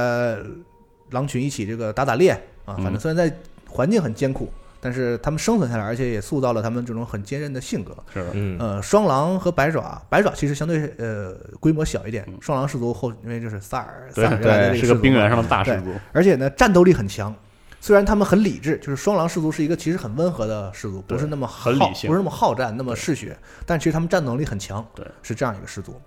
Speaker 4: 狼群一起这个打打猎啊，反正
Speaker 2: 嗯
Speaker 4: 虽然在环境很艰苦，但是他们生存下来，而且也塑造了他们这种很坚韧的性格。
Speaker 2: 哎是的，
Speaker 3: 嗯
Speaker 4: 呃，双狼和白爪，白爪其实相对呃规模小一点，双狼氏族后因为就是萨尔，萨
Speaker 2: 嗯对
Speaker 4: 尔
Speaker 2: 对，是
Speaker 4: 是
Speaker 2: 个冰原上的大氏族，
Speaker 4: 而且呢，战斗力很强。虽然他们很理智，就是双狼氏族是一个其实很温和的氏族，不
Speaker 2: 对
Speaker 4: 是那么好，
Speaker 2: 很理性
Speaker 4: 不是那么好战，那么嗜血，但其实他们战斗力很强，
Speaker 2: 对，
Speaker 4: 是这样一个氏族。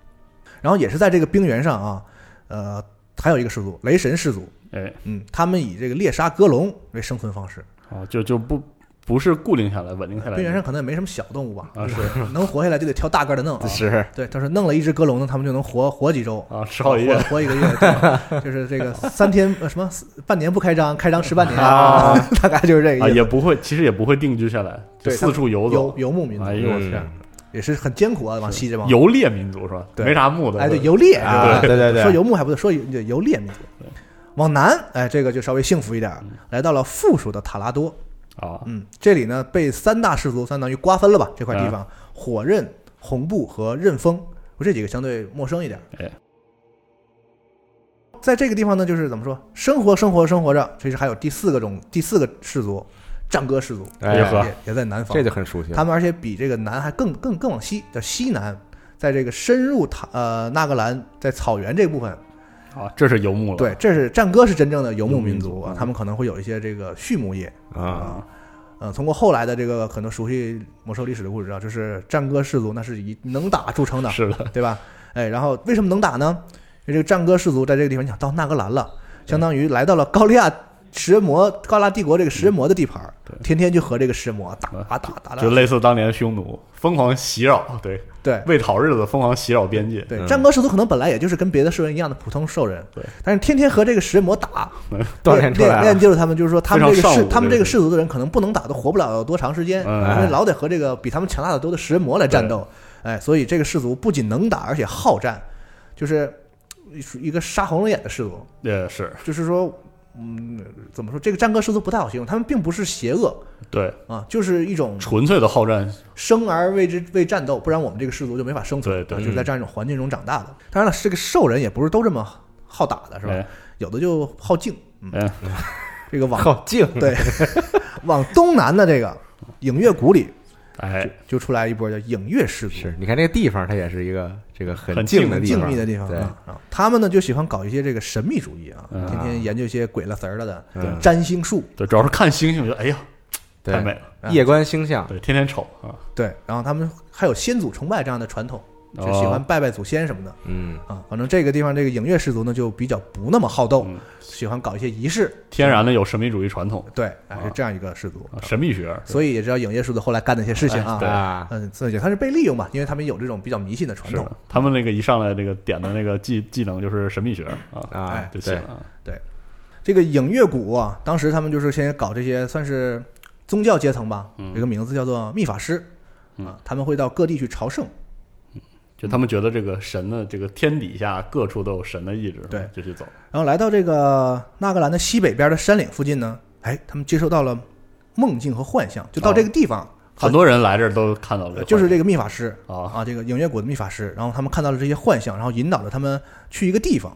Speaker 4: 然后也是在这个冰原上啊，呃，还有一个氏族，雷神氏族，
Speaker 2: 哎，
Speaker 4: 嗯，他们以这个猎杀鸽笼为生存方式。
Speaker 2: 哦，就就不不是固定下来、稳定下来的，
Speaker 4: 冰原上可能也没什么小动物吧，
Speaker 2: 啊
Speaker 4: 就是能活下来就得挑大个儿的弄啊。
Speaker 3: 是
Speaker 4: 对，他说弄了一只鸽笼呢，他们就能活活几周，
Speaker 2: 啊，吃好一夜
Speaker 4: 活，活一个月，对就是这个三天呃什么半年不开张，开张吃半年，
Speaker 2: 啊
Speaker 4: 大概就是这
Speaker 2: 啊，
Speaker 4: 个意
Speaker 2: 也
Speaker 4: 思。
Speaker 2: 不会，其实也不会定居下来，就
Speaker 4: 对
Speaker 2: 四处游
Speaker 4: 游
Speaker 2: 走。
Speaker 4: 游牧民族
Speaker 2: 哎呦我
Speaker 3: 嗯
Speaker 2: 天，
Speaker 4: 也是很艰苦啊，往西这帮。
Speaker 2: 游猎民族是吧？
Speaker 4: 对
Speaker 2: 没啥木的，
Speaker 4: 哎，对，游猎
Speaker 3: 啊，
Speaker 4: 对
Speaker 3: 对对
Speaker 4: 说
Speaker 3: 对，
Speaker 4: 游牧还不对，说游对游猎民族。往南，哎，这个就稍微幸福一点儿，来到了富庶的塔拉多。
Speaker 2: 啊，
Speaker 4: 嗯，这里呢被三大氏族相当于瓜分了吧？这块地方，火刃、红布和刃风，我这几个相对陌生一点。
Speaker 2: 哎，
Speaker 4: 在这个地方呢，就是怎么说，生活生活生活着，其实还有第四个种第四个氏族，战歌氏族，
Speaker 3: 哎
Speaker 2: 耶呵
Speaker 4: 也也在南方。
Speaker 3: 这就很熟悉了。
Speaker 4: 他们而且比这个南还更更更往西，叫西南，在这个深入塔呃纳格兰，在草原这部分，
Speaker 2: 啊，这是游牧了，
Speaker 4: 对，这是战歌是真正的游牧
Speaker 2: 游牧
Speaker 4: 民
Speaker 2: 民
Speaker 4: 族
Speaker 2: 族
Speaker 4: 啊
Speaker 2: 嗯，
Speaker 4: 他们可能会有一些这个畜牧业，
Speaker 3: 啊，
Speaker 4: 呃，通过后来的这个可能熟悉魔兽历史的故事知道，就是战歌氏族那是以能打著称的，
Speaker 2: 是的，
Speaker 4: 对吧？哎，然后为什么能打呢？因为这个战歌氏族在这个地方，你想到纳格兰了，相当于来到了高利亚食人魔高拉帝国这个食人魔的地盘儿
Speaker 2: 对，
Speaker 4: 天天就和这个食人魔打
Speaker 2: 啊
Speaker 4: 打打打
Speaker 2: 就
Speaker 4: 打。
Speaker 2: 类似当年匈奴疯狂袭扰，对，
Speaker 4: 对
Speaker 2: 为讨日子疯狂袭扰边界，
Speaker 4: 对，
Speaker 3: 嗯
Speaker 4: 战歌氏族可能本来也就是跟别的兽人一样的普通兽人，
Speaker 2: 对，
Speaker 4: 但是天天和这个食人魔打，
Speaker 3: 锻炼出来
Speaker 4: 练
Speaker 3: 了，
Speaker 4: 就了他们，就是说他们
Speaker 2: 非
Speaker 4: 这
Speaker 2: 常
Speaker 4: 个
Speaker 2: 上
Speaker 4: 氏
Speaker 2: 武
Speaker 4: 他们
Speaker 2: 这
Speaker 4: 这
Speaker 2: 个
Speaker 4: 个氏族的人可能不能打，都活不了多长时间，
Speaker 2: 嗯
Speaker 4: 因为老得和这个比他们强大的多的食人魔来战斗。哎，所以这个氏族不仅能打，而且好战，就是属于一个杀红了眼的氏族。
Speaker 2: 也是
Speaker 4: 就是说，嗯，怎么说？这个战歌氏族不太好形容，他们并不是邪恶
Speaker 2: 对，
Speaker 4: 啊，就是一种
Speaker 2: 纯粹的好战，
Speaker 4: 生而为之为战斗，不然我们这个氏族就没法生存。
Speaker 2: 对对
Speaker 4: 啊
Speaker 3: 嗯
Speaker 4: 就是在这样一种环境中长大的。当然了，这个兽人也不是都这么好打的，是吧？
Speaker 2: 哎
Speaker 4: 有的就好静，嗯，
Speaker 2: 哎
Speaker 4: 这个往
Speaker 3: 好静，
Speaker 4: 对，往东南的这个影月谷里
Speaker 2: 哎，
Speaker 4: 就出来一波叫影月氏族，
Speaker 3: 是你看这个地方，它也是一个这个很
Speaker 2: 很
Speaker 3: 静
Speaker 2: 静
Speaker 3: 的地
Speaker 4: 静
Speaker 3: 方，
Speaker 4: 谧的地方
Speaker 3: 对
Speaker 4: 啊。啊他们呢就喜欢搞一些这个神秘主义啊，
Speaker 2: 嗯
Speaker 4: 天天研究一些鬼了神儿了的
Speaker 3: 嗯
Speaker 4: 占星术，
Speaker 2: 对，主要是看星星，我觉得哎呀，太美
Speaker 3: 对，
Speaker 2: 了，
Speaker 4: 啊
Speaker 3: 夜观星象，
Speaker 2: 对，天天瞅啊，
Speaker 4: 对。然后他们还有先祖崇拜这样的传统，就
Speaker 2: 哦
Speaker 4: 喜欢拜拜祖先什么的
Speaker 3: 嗯，
Speaker 4: 啊。反正这个地方这个影月氏族呢就比较不那么好斗
Speaker 2: 嗯，
Speaker 4: 喜欢搞一些仪式，
Speaker 2: 天然的有神秘主义传统，
Speaker 4: 对，哎
Speaker 2: 啊
Speaker 4: 是这样一个氏族
Speaker 2: 啊。神秘学，
Speaker 4: 所以也知道影月氏族后来干的一些事情啊。
Speaker 2: 对
Speaker 3: 啊，
Speaker 4: 嗯，所以也算是被利用吧，因为他们有这种比较迷信的传
Speaker 2: 是
Speaker 4: 统。
Speaker 2: 的他们那个一上来这个点的那个技技能就是神秘学啊，
Speaker 3: 啊
Speaker 4: 哎，
Speaker 2: 就行
Speaker 3: 对，
Speaker 2: 啊，
Speaker 4: 这个影乐谷啊，当时他们就是先搞这些算是宗教阶层吧，
Speaker 2: 嗯
Speaker 4: 有个名字叫做密法师
Speaker 2: 嗯
Speaker 4: 啊，他们会到各地去朝圣。
Speaker 2: 就他们觉得这个神的这个天底下各处都有神的意志，
Speaker 4: 对
Speaker 2: 就去走，
Speaker 4: 然后来到这个纳格兰的西北边的山岭附近呢，哎，他们接收到了梦境和幻象，就到这个地方，
Speaker 2: 很多人来这儿都看到了
Speaker 4: 呃
Speaker 2: 个，
Speaker 4: 就是这个密法师
Speaker 2: 啊，
Speaker 4: 啊，这个影乐谷的密法师，然后他们看到了这些幻象，然后引导着他们去一个地方。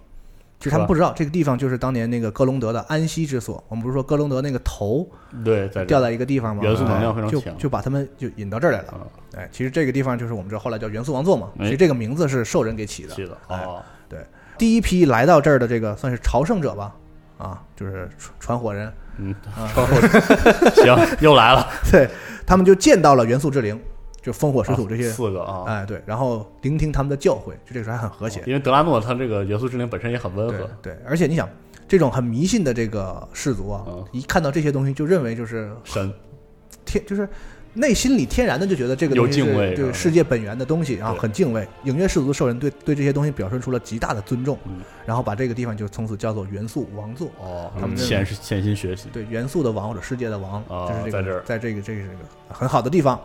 Speaker 4: 其实他们
Speaker 2: 是吧
Speaker 4: 不知道，这个地方就是当年那个哥隆德的安息之所。我们不是说哥隆德那个头
Speaker 2: 对，在这
Speaker 4: 掉
Speaker 2: 儿
Speaker 4: 在一个地方吗？
Speaker 2: 元素能量非常
Speaker 4: 就
Speaker 2: 强
Speaker 4: 就把他们就引到这儿来了。
Speaker 2: 啊，
Speaker 4: 哎，其实这个地方就是我们这后来叫元素王座嘛，
Speaker 2: 哎
Speaker 4: 其实这个名字是兽人给起的。
Speaker 2: 去的
Speaker 4: 哎
Speaker 2: 啊，
Speaker 4: 第一批来到这儿的这个算是朝圣者吧，啊，就是传传火人，
Speaker 2: 嗯，
Speaker 4: 啊
Speaker 2: 行，又来了，
Speaker 4: 对他们就见到了元素之灵，就烽 火水土这些，
Speaker 2: 四个啊，
Speaker 4: 哎，对，然后聆听他们的教诲，就这个时候还很和谐，
Speaker 2: 因为德拉诺他这个元素之灵本身也哦很温
Speaker 4: 对
Speaker 2: 和，
Speaker 4: 对，而且你想，这种很迷信的这个氏族啊
Speaker 2: 嗯，
Speaker 4: 一看到这些东西就认为就是
Speaker 2: 神
Speaker 4: 天就是。内心里天然的就觉得这个
Speaker 2: 有
Speaker 4: 东西是
Speaker 2: 敬畏是
Speaker 4: 对
Speaker 2: 吧
Speaker 4: 世界本源的东西啊，
Speaker 2: 对
Speaker 4: 很敬畏。影月氏族兽人对对这些东西表现出了极大的尊重
Speaker 2: 嗯，
Speaker 4: 然后把这个地方就从此叫做元素王座。
Speaker 2: 哦，
Speaker 4: 他们这
Speaker 2: 潜潜心学习，
Speaker 4: 对元素的王或者世界的王，
Speaker 2: 哦
Speaker 4: 就是这个
Speaker 2: 在这儿
Speaker 4: 在这个这个这个很好的地方，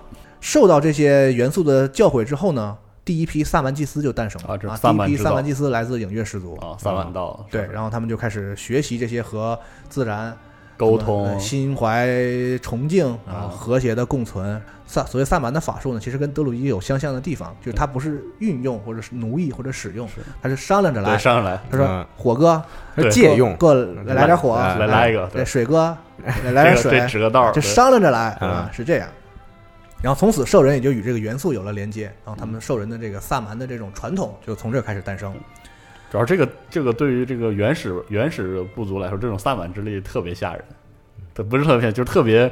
Speaker 4: 受到这些元素的教诲之后呢，第一批萨满祭司就诞生了
Speaker 2: 啊这是萨
Speaker 4: 第一
Speaker 2: 满
Speaker 4: 批
Speaker 2: 之
Speaker 4: 萨
Speaker 2: 道
Speaker 4: 满祭司来自影月氏族，
Speaker 2: 啊，三万道
Speaker 4: 对，然后他们就开始学习这些和自然。
Speaker 2: 沟通哦
Speaker 4: 呃心怀崇敬，然后和谐的共存。萨所谓萨满的法术呢，其实跟德鲁伊有相像的地方，就是它不是运用或者是奴役或者使用
Speaker 2: 是，
Speaker 4: 它是商量着
Speaker 2: 对
Speaker 4: 来。
Speaker 2: 上来
Speaker 4: 他说
Speaker 3: 嗯：“
Speaker 4: 火哥，
Speaker 2: 对
Speaker 3: 借用
Speaker 4: 给我来来点火，
Speaker 3: 来
Speaker 2: 嗯来来一个，
Speaker 4: 对，
Speaker 2: 对，
Speaker 4: 水哥，来来点
Speaker 2: 这个这指
Speaker 4: 水，
Speaker 2: 个道儿，
Speaker 4: 就
Speaker 2: 对
Speaker 4: 商量着来
Speaker 3: 嗯
Speaker 4: 啊，是这样。然后从此兽人也就与这个元素有了连接，然后他们兽人的这个萨满的这种传统就从这儿开始诞生。
Speaker 2: 主要这个这个对于这个原始原始部族来说，这种萨满之力特别吓人，它不是特别吓人，就是特别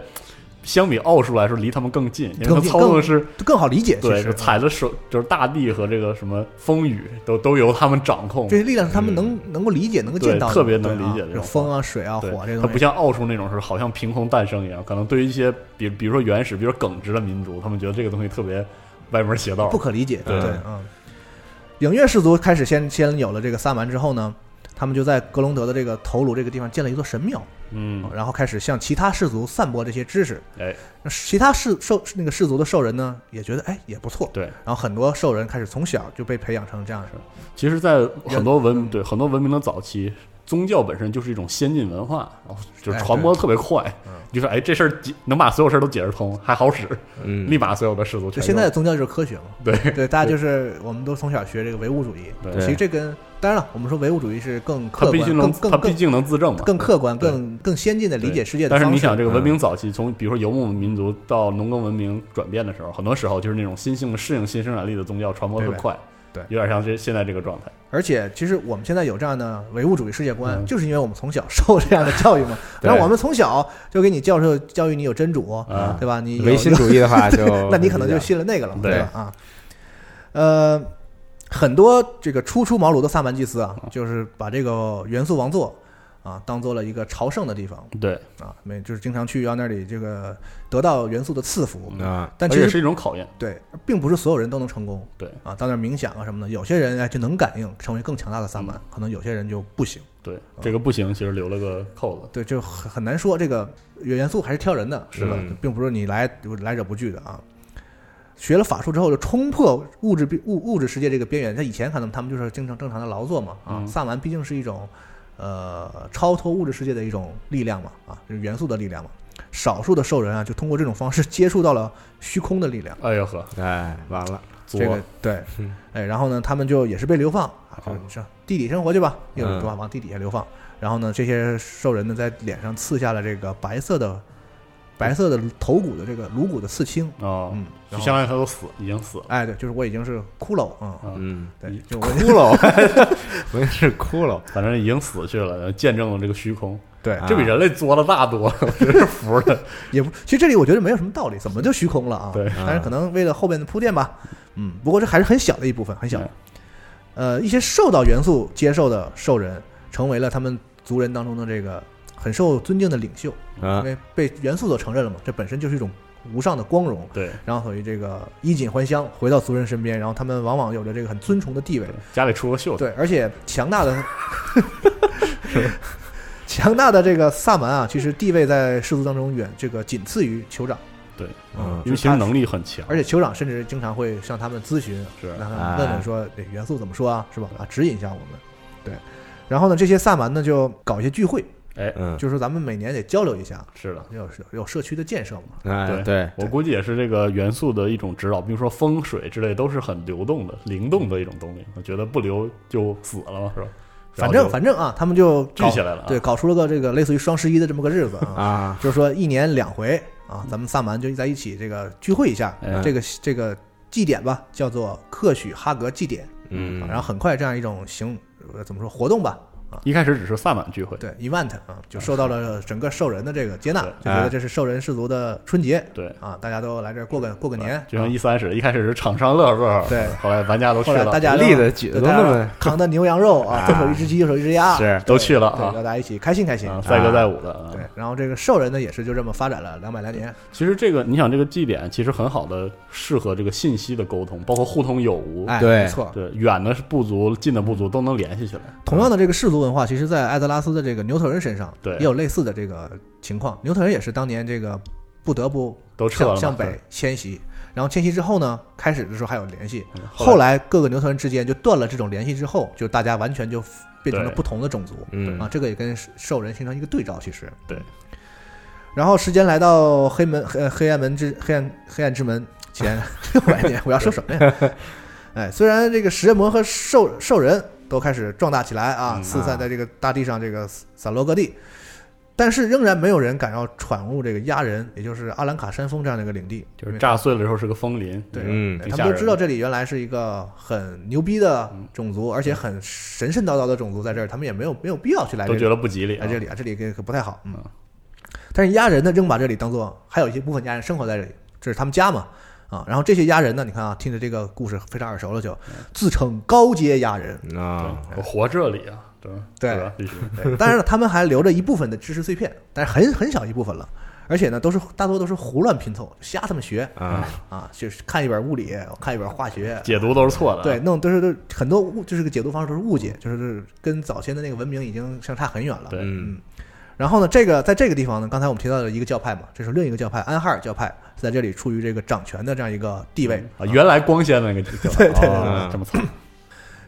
Speaker 2: 相比奥数来说离他们更近，因为他
Speaker 4: 更近
Speaker 2: 操纵的是
Speaker 4: 就更好理解，其
Speaker 2: 对，
Speaker 4: 实啊
Speaker 2: 是踩的手就是大地和这个什么风雨都都由他们掌控
Speaker 4: 这，些力量是他们能能够理解、能够见到
Speaker 2: 嗯
Speaker 4: 的，
Speaker 2: 对特别能
Speaker 4: 对
Speaker 2: 理解
Speaker 4: 啊
Speaker 2: 这
Speaker 4: 就
Speaker 2: 种
Speaker 4: 风啊、水啊、火
Speaker 2: 对，
Speaker 4: 这些
Speaker 2: 它
Speaker 4: 东
Speaker 2: 不
Speaker 4: 西。
Speaker 2: 像奥数那种是好像凭空诞生一样，可能对于一些比比如说原始、比如说耿直的民族，他们觉得这个东西特别歪门邪道
Speaker 4: 不，可理解，
Speaker 2: 对
Speaker 4: 嗯。影月氏族开始先先有了这个萨满之后呢，他们就在格隆德的这个头颅这个地方建了一座神庙，
Speaker 2: 嗯，
Speaker 4: 然后开始向其他氏族散播这些知识。
Speaker 2: 哎，
Speaker 4: 那其他氏兽那个氏族的兽人呢，也觉得哎也不错，
Speaker 2: 对。
Speaker 4: 然后很多兽人开始从小就被培养成这样的人，
Speaker 2: 其实，在很多文
Speaker 4: 嗯
Speaker 2: 对很多文明的早期，宗教本身就是一种先进文化，然后就
Speaker 4: 哎
Speaker 2: 是传播得特别快。
Speaker 4: 嗯
Speaker 2: 你就说，哎，这事儿解能把所有事儿都解释通，还好使，
Speaker 3: 嗯，
Speaker 2: 立马所有的氏族
Speaker 4: 就
Speaker 2: 全
Speaker 4: 现在
Speaker 2: 用
Speaker 4: 的宗教就是科 学嘛，
Speaker 2: 对
Speaker 4: 对，大家就是我们都从小学这个唯物主义，
Speaker 2: 对
Speaker 4: 其实这跟当然了，我们说唯物主义是更客
Speaker 2: 它
Speaker 4: 观、
Speaker 2: 毕竟
Speaker 4: 更
Speaker 2: 能，
Speaker 4: 更
Speaker 2: 它毕
Speaker 4: 更
Speaker 2: 竟能自证嘛。
Speaker 4: 更客观、
Speaker 2: 对
Speaker 4: 更更先进的理解世界的
Speaker 2: 但是
Speaker 4: 方
Speaker 2: 你
Speaker 4: 式嗯
Speaker 2: 想，。这个文明早期从比如说游牧民族到农耕文明转变的时候，很多时候就是那种新兴适应新生产力的宗教传播得
Speaker 4: 对
Speaker 2: 特
Speaker 4: 呗
Speaker 2: 快，
Speaker 4: 对
Speaker 2: 有点像这现在这个状态。
Speaker 4: 而且，其实我们现在有这样的唯物主义世界观，
Speaker 2: 嗯
Speaker 4: 就是因为我们从小受这样的教 育嘛。
Speaker 3: 对
Speaker 4: 然后我们从小就给你教授教育你有真主，
Speaker 2: 啊
Speaker 4: 对吧？你有
Speaker 3: 唯心主义
Speaker 4: ，
Speaker 3: 的话就
Speaker 2: 哦
Speaker 4: 那你可能就信了那个了，
Speaker 2: 对
Speaker 4: 吧？啊，呃，很多这个初出茅庐的萨满祭司
Speaker 2: 嗯
Speaker 4: 啊，就是把这个元素王座啊当做了一个朝圣的地方
Speaker 2: 对，
Speaker 4: 啊，没就是经常去到那里这个得到元素的赐福，
Speaker 3: 啊，
Speaker 4: 但
Speaker 2: 嗯而
Speaker 4: 其
Speaker 2: 且
Speaker 4: 实
Speaker 2: 是一种考验。
Speaker 4: 对，并不是所有人都能成功。
Speaker 2: 对
Speaker 4: 啊，到那儿冥想啊什么的，有些人哎就能感应成为更强大的萨满，
Speaker 2: 嗯
Speaker 4: 可能有些人就不行。
Speaker 2: 对，这个不行，其实留了个扣子。
Speaker 4: 对，就很很难说这个元素还是挑人的，
Speaker 2: 是
Speaker 4: 吧
Speaker 2: 的？
Speaker 4: 并不是你来来者不拒的啊。学了法术之后，就冲破物质物物质世界这个边缘。在以前可能他们就是经常正常的劳作嘛啊，
Speaker 2: 嗯
Speaker 4: 萨满毕竟是一种呃超脱物质世界的一种力量嘛啊，就是元素的力量嘛。少数的兽人啊，就通过这种方式接触到了虚空的力量。
Speaker 2: 哎呦呵，
Speaker 3: 哎，完了，
Speaker 2: 作
Speaker 4: 这个对
Speaker 3: 嗯，
Speaker 4: 哎，然后呢，他们就也是被流放啊，
Speaker 3: 好
Speaker 4: 就上地底生活去吧，又
Speaker 3: 嗯
Speaker 4: 对吧？往地底下流放。然后呢，这些兽人呢，在脸上刺下了这个白色的、白色的头骨的这个颅骨的刺青，
Speaker 2: 哦，
Speaker 4: 嗯，
Speaker 2: 就
Speaker 4: 然
Speaker 2: 相
Speaker 4: 后
Speaker 2: 当于他都死，已经死了。
Speaker 4: 哎，对，就是我已经是骷髅，嗯，
Speaker 2: 啊
Speaker 3: 嗯，
Speaker 4: 对
Speaker 2: 你，
Speaker 4: 就我
Speaker 3: 骷髅，我也是骷 髅，
Speaker 2: 反正已经死去了，见证了这个虚空，
Speaker 4: 对，
Speaker 3: 啊
Speaker 2: 这比人类作的大 多了，我真是服了。
Speaker 4: 也不，其实这里我觉得没有什么道理，怎么就虚空了啊？
Speaker 2: 对
Speaker 4: 但是
Speaker 3: 嗯
Speaker 4: 可能为了后面的铺垫吧，嗯，不过这还是很小的一部分，很小。呃，一些受到元素接受的兽人，成为了他们族人当中的这个很受尊敬的领袖，因
Speaker 3: 啊，
Speaker 4: 为被元素所承认了嘛，这本身就是一种无上的光荣。
Speaker 2: 对，
Speaker 4: 然后所以这个衣锦还乡，回到族人身边，然后他们往往有着这个很尊崇的地位
Speaker 2: 对。家里出个秀，
Speaker 4: 对，而且强大的 强大的这个萨满啊，其实地位在氏族当中远这个仅次于酋长。
Speaker 2: 对，
Speaker 4: 嗯
Speaker 3: 嗯，
Speaker 2: 因为其实能力很强，
Speaker 4: 而且酋长甚至经常会向他们咨询，
Speaker 2: 是
Speaker 4: 让他们问问说、哎元素怎么说啊，是吧？啊，指引一下我们。对，然后呢，这些萨满呢就搞一些聚会，
Speaker 2: 哎，
Speaker 3: 嗯，
Speaker 4: 就是说咱们每年得交流一下，
Speaker 2: 是的。
Speaker 4: 有有社区的建设嘛。
Speaker 3: 哎，对，
Speaker 2: 我估计也是这个元素的一种指导，比如说风水之类，都是很流动的、灵动的一种东西。我觉得不留就死了嘛，是吧？
Speaker 4: 反正
Speaker 2: 然后就
Speaker 4: 反正啊，他们就搞
Speaker 2: 聚起来了啊
Speaker 4: 对，搞出了个这个类似于双十一的这么个日子啊，
Speaker 3: 啊，
Speaker 4: 就是说一年两回啊，咱们萨满就在一起这个聚会一下，
Speaker 2: 哎
Speaker 4: 这个这个祭典吧，叫做克许哈格祭典。
Speaker 3: 嗯
Speaker 4: 啊，然后很快这样一种行呃怎么说活动吧，
Speaker 2: 一开始只是萨满聚会，
Speaker 4: 对 event 啊，就受到了整个兽人的这个接纳，
Speaker 2: 对
Speaker 4: 就觉得这是兽人氏族的春节
Speaker 2: 对，
Speaker 4: 啊，大家都来这儿过个过个年。
Speaker 2: 就像一三似的，一开始是厂商乐呵乐呵，
Speaker 4: 对
Speaker 2: 后来玩家都去
Speaker 4: 后来
Speaker 2: 了，
Speaker 4: 大家
Speaker 3: 例子举的都那么
Speaker 4: 扛的牛羊肉啊，
Speaker 3: 啊
Speaker 4: 左手一只鸡，右手一只鸭，
Speaker 3: 是
Speaker 2: 都去了
Speaker 4: 对，让
Speaker 2: 啊，
Speaker 4: 大家一起开心开心。
Speaker 2: 啊载歌载舞的啊
Speaker 4: 对，，然后这个兽人呢，也是就这么发展了两百来年。
Speaker 2: 其实这个，你想这个祭点其实很好的适合这个信息的沟通，包括互通有无，
Speaker 4: 哎，
Speaker 3: 对
Speaker 4: 没错。
Speaker 2: 对远的部族、近的部族都能联系起来。
Speaker 4: 同样的，这个氏族文化，其实，在艾泽拉斯的这个牛头人身上，
Speaker 2: 对
Speaker 4: 也有类似的这个情况。牛头人也是当年这个不得不
Speaker 2: 都撤了
Speaker 4: 向
Speaker 2: 嘛
Speaker 4: 向北迁徙，然后迁徙之后呢，开始的时候还有联系，
Speaker 2: 嗯
Speaker 4: 后
Speaker 2: 后
Speaker 4: 来各个牛头人之间就断了这种联系之后，就大家完全就变成了
Speaker 2: 对
Speaker 4: 不同的种族
Speaker 3: 嗯
Speaker 4: 啊，这个也跟兽人形成一个对照，其实
Speaker 2: 对。
Speaker 4: 然后时间来到黑门黑黑暗门之黑暗黑暗之门前 六百年，我要说什么呀？ 哎，虽然这个食人魔和兽兽人都开始壮大起来啊，
Speaker 2: 嗯
Speaker 4: 四散在这个大地上，这个散落各地，但是仍然没有人敢要闯入这个亚人，也就是阿兰卡山峰这样的一个领地，
Speaker 2: 就是炸碎了之后是个枫林，
Speaker 4: 对，
Speaker 3: 嗯
Speaker 4: 对
Speaker 2: 挺
Speaker 4: 他
Speaker 2: 吓人
Speaker 4: 们都知道这里原来是一个很牛逼的种
Speaker 2: 嗯
Speaker 4: 族，而且很神神叨叨的种族，在这儿他们也没有没有必要去来这
Speaker 2: 都
Speaker 4: 里
Speaker 2: 觉得不吉利、啊。
Speaker 4: 来这里啊，这里可可不太好。嗯
Speaker 2: 嗯，
Speaker 4: 但是亚人呢，仍把这里当做还有一些部分亚人生活在这里，这是他们家嘛啊。然后这些亚人呢，你看啊，听着这个故事非常耳熟了就，
Speaker 2: 嗯
Speaker 4: 自称高阶亚人。
Speaker 3: 啊，
Speaker 2: 对我活这里啊，对吧
Speaker 4: 对
Speaker 2: 是吧？必须
Speaker 4: 对，当然了，他们还留着一部分的知识碎片，但是很很小一部分了。而且呢，都是大多都是胡乱拼凑，瞎他们学
Speaker 3: 啊
Speaker 4: 啊，就是看一本物理，看一本化学，
Speaker 2: 解读都是错的。啊
Speaker 4: 对，，弄都是都是很多误，就是个解读方式都是误解，就是跟早先的那个文明已经相差很远了。
Speaker 2: 对
Speaker 3: 嗯
Speaker 4: 然后呢，这个在这个地方呢，刚才我们提到的一个教派嘛，这是另一个教派安哈尔教派，在这里处于这个掌权的这样一个地位。
Speaker 2: 啊，原来光鲜的那个对
Speaker 4: 嗯对对嗯
Speaker 2: 这么惨，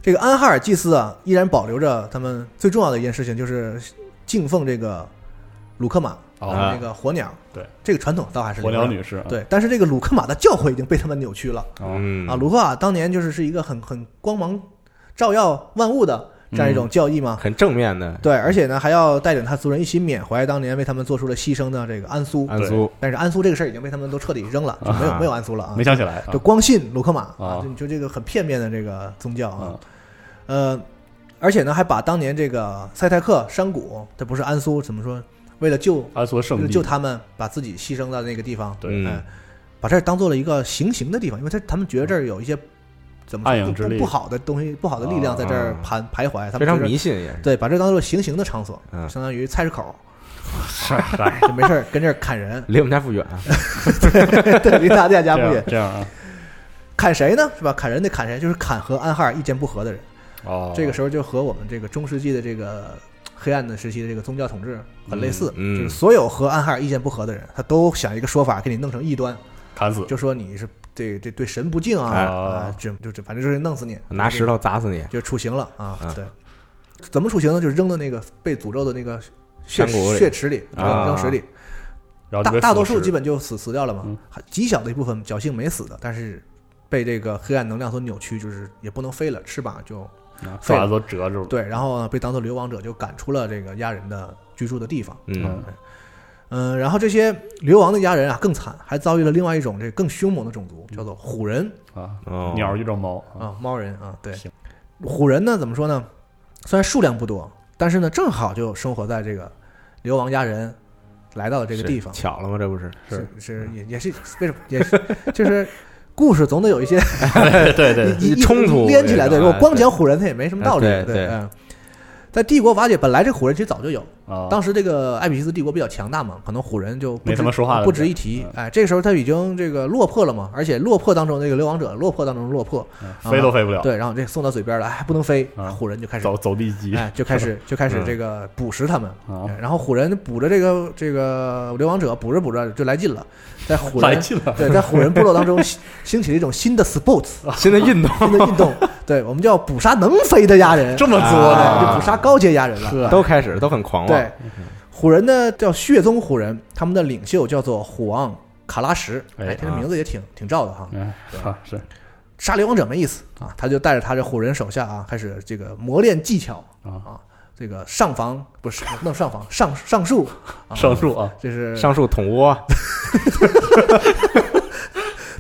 Speaker 4: 这个安哈尔祭司啊，依然保留着他们最重要的一件事情，就是敬奉这个鲁克玛，
Speaker 2: 哦
Speaker 4: 那个火鸟。
Speaker 2: 对，
Speaker 4: 这个传统倒还是
Speaker 2: 火
Speaker 4: 留
Speaker 2: 鸟
Speaker 4: 着。
Speaker 2: 女士啊，
Speaker 4: 对，但是这个鲁克玛的教诲已经被他们扭曲了。
Speaker 2: 哦，
Speaker 3: 嗯
Speaker 4: 啊，，卢克啊，当年就是是一个很很光芒照耀万物的这样一
Speaker 2: 嗯
Speaker 4: 种教义嘛。
Speaker 3: 很正面的
Speaker 4: 对，而且呢，还要带领他族人一起缅怀当年为他们做出了牺牲的这个安苏。
Speaker 3: 安苏，
Speaker 4: 但是安苏这个事儿已经被他们都彻底扔了，就没有、
Speaker 3: 啊
Speaker 4: 没有安苏了啊
Speaker 2: 没，想起来啊
Speaker 4: 就光信卢克马
Speaker 2: 啊
Speaker 4: 就就这个很片面的这个宗教啊
Speaker 2: 啊。，
Speaker 4: 呃，而且呢，还把当年这个塞泰克山谷，这不是安苏怎么说？为了救
Speaker 2: 安索
Speaker 4: 为
Speaker 2: 圣
Speaker 4: 了
Speaker 2: 地
Speaker 4: 救他们，把自己牺牲到那个地方，
Speaker 2: 对
Speaker 4: 哎
Speaker 3: 嗯，
Speaker 4: 把这儿当做了一个行刑的地方，因为他他们觉得这儿有一些怎么说
Speaker 2: 暗影
Speaker 4: 不
Speaker 2: 之
Speaker 4: 不
Speaker 2: 力
Speaker 4: 不好的东西、不好的力量在这儿
Speaker 3: 啊
Speaker 4: 盘徘徊，他们
Speaker 3: 非常
Speaker 4: 觉得
Speaker 3: 迷信也是，
Speaker 4: 对，把这当做行刑的场所，
Speaker 3: 嗯
Speaker 4: 相当于菜市
Speaker 3: ，
Speaker 4: 口，
Speaker 2: 是是，
Speaker 4: 就没事儿跟这儿砍人
Speaker 3: 离我们家不远，
Speaker 4: 对，离大家
Speaker 2: 这
Speaker 4: 家不
Speaker 2: 样
Speaker 4: 远，
Speaker 2: 这样啊，
Speaker 4: 砍谁呢？是吧？砍人得砍谁？就是砍和安哈尔意见不合的人。
Speaker 2: 哦，
Speaker 4: 这个时候就和我们这个中世纪的这个黑暗的时期的这个宗教统治很类似，
Speaker 3: 嗯嗯
Speaker 4: 就是所有和安哈尔意见不合的人，他都想一个说法给你弄成异端，
Speaker 2: 砍死
Speaker 4: 就说你是对对对神不敬啊，
Speaker 3: 哎
Speaker 4: 啊，这就这反正就是弄死你，
Speaker 3: 拿石头砸死你，
Speaker 4: 就处刑了啊
Speaker 3: 啊！
Speaker 4: 对，怎么处刑呢？就是扔到那个被诅咒的那个血
Speaker 3: 山谷里
Speaker 4: 血池里，
Speaker 3: 啊
Speaker 4: 扔扔水里。
Speaker 2: 然后就
Speaker 4: 大
Speaker 2: 被
Speaker 4: 大多
Speaker 2: 腐
Speaker 4: 数
Speaker 2: 蚀
Speaker 4: 基本就死死掉了嘛
Speaker 2: 嗯，
Speaker 4: 还极小的一部分侥幸没死的，但是被这个黑暗能量所扭曲，就是也不能飞了，翅膀就
Speaker 2: 啊
Speaker 4: 废
Speaker 2: 爪
Speaker 4: 了
Speaker 2: 子都折住了，
Speaker 4: 对，然后呢被当做流亡者就赶出了这个亚人的居住的地方。
Speaker 3: 嗯
Speaker 2: 嗯，
Speaker 4: 嗯，然后这些流亡的亚人啊更惨，还遭遇了另外一种这更凶猛的种族，叫做虎人
Speaker 2: 啊，
Speaker 3: 哦，
Speaker 2: 鸟遇着猫啊，
Speaker 4: 啊，猫人啊，对
Speaker 2: 行，
Speaker 4: 虎人呢怎么说呢？虽然数量不多，但是呢正好就生活在这个流亡亚人来到的这个
Speaker 3: 是
Speaker 4: 地方。
Speaker 3: 巧了吗？这不是
Speaker 4: 是是
Speaker 2: 嗯
Speaker 4: 也也是为什么也是就是故事总得有一些
Speaker 2: 对对 对，
Speaker 4: 一一
Speaker 3: 冲突
Speaker 4: 连起来，
Speaker 3: 这
Speaker 4: 对
Speaker 3: 个
Speaker 4: 我
Speaker 3: 啊
Speaker 4: 光
Speaker 3: 对
Speaker 4: 讲虎人他也没什么道理，
Speaker 3: 啊对对
Speaker 4: 嗯。在帝国瓦解，本来这虎人其实早就有，
Speaker 2: 啊，
Speaker 4: 当时这个艾比西斯帝国比较强大嘛，可能虎人就
Speaker 2: 没
Speaker 4: 不值
Speaker 2: 他妈说话了
Speaker 4: 不值一提
Speaker 2: 嗯。
Speaker 4: 哎，这个时候他已经这个落魄了嘛，而且落魄当中那个流亡者落魄当中落魄，
Speaker 2: 啊飞都飞不了，
Speaker 4: 对，然后这送到嘴边了，哎，不能飞，
Speaker 2: 啊
Speaker 4: 虎人就开始
Speaker 2: 走走地鸡
Speaker 4: 哎，就开始就开始
Speaker 3: 嗯
Speaker 4: 这个捕食他们。
Speaker 2: 啊
Speaker 4: 哎然后虎人捕着这个这个流亡者，捕着捕着就来劲了，在虎
Speaker 2: 来
Speaker 4: 人
Speaker 2: 劲了，
Speaker 4: 对在虎人部 落当中兴兴起了一种新的 sports
Speaker 3: 新的运动，
Speaker 4: 新的运动，对我们叫捕杀能飞的亚人，
Speaker 2: 这么作
Speaker 4: 对
Speaker 2: 呢
Speaker 3: 啊，
Speaker 4: 就捕杀高阶亚人了。
Speaker 2: 呵
Speaker 3: 都开始都很狂妄，
Speaker 4: 对，
Speaker 2: 嗯
Speaker 4: 虎人呢叫血宗虎人，他们的领袖叫做虎王卡拉什，
Speaker 2: 哎
Speaker 4: 哎，这个名字也挺挺照的哈。
Speaker 2: 嗯，啊 是
Speaker 4: 杀流亡者没意思啊，他就带着他这虎人手下啊，开始这个磨练技巧
Speaker 2: 啊，
Speaker 4: 这个上房不是弄上 房上上树，啊
Speaker 2: 上树啊，
Speaker 4: 这是，
Speaker 3: 上树捅窝，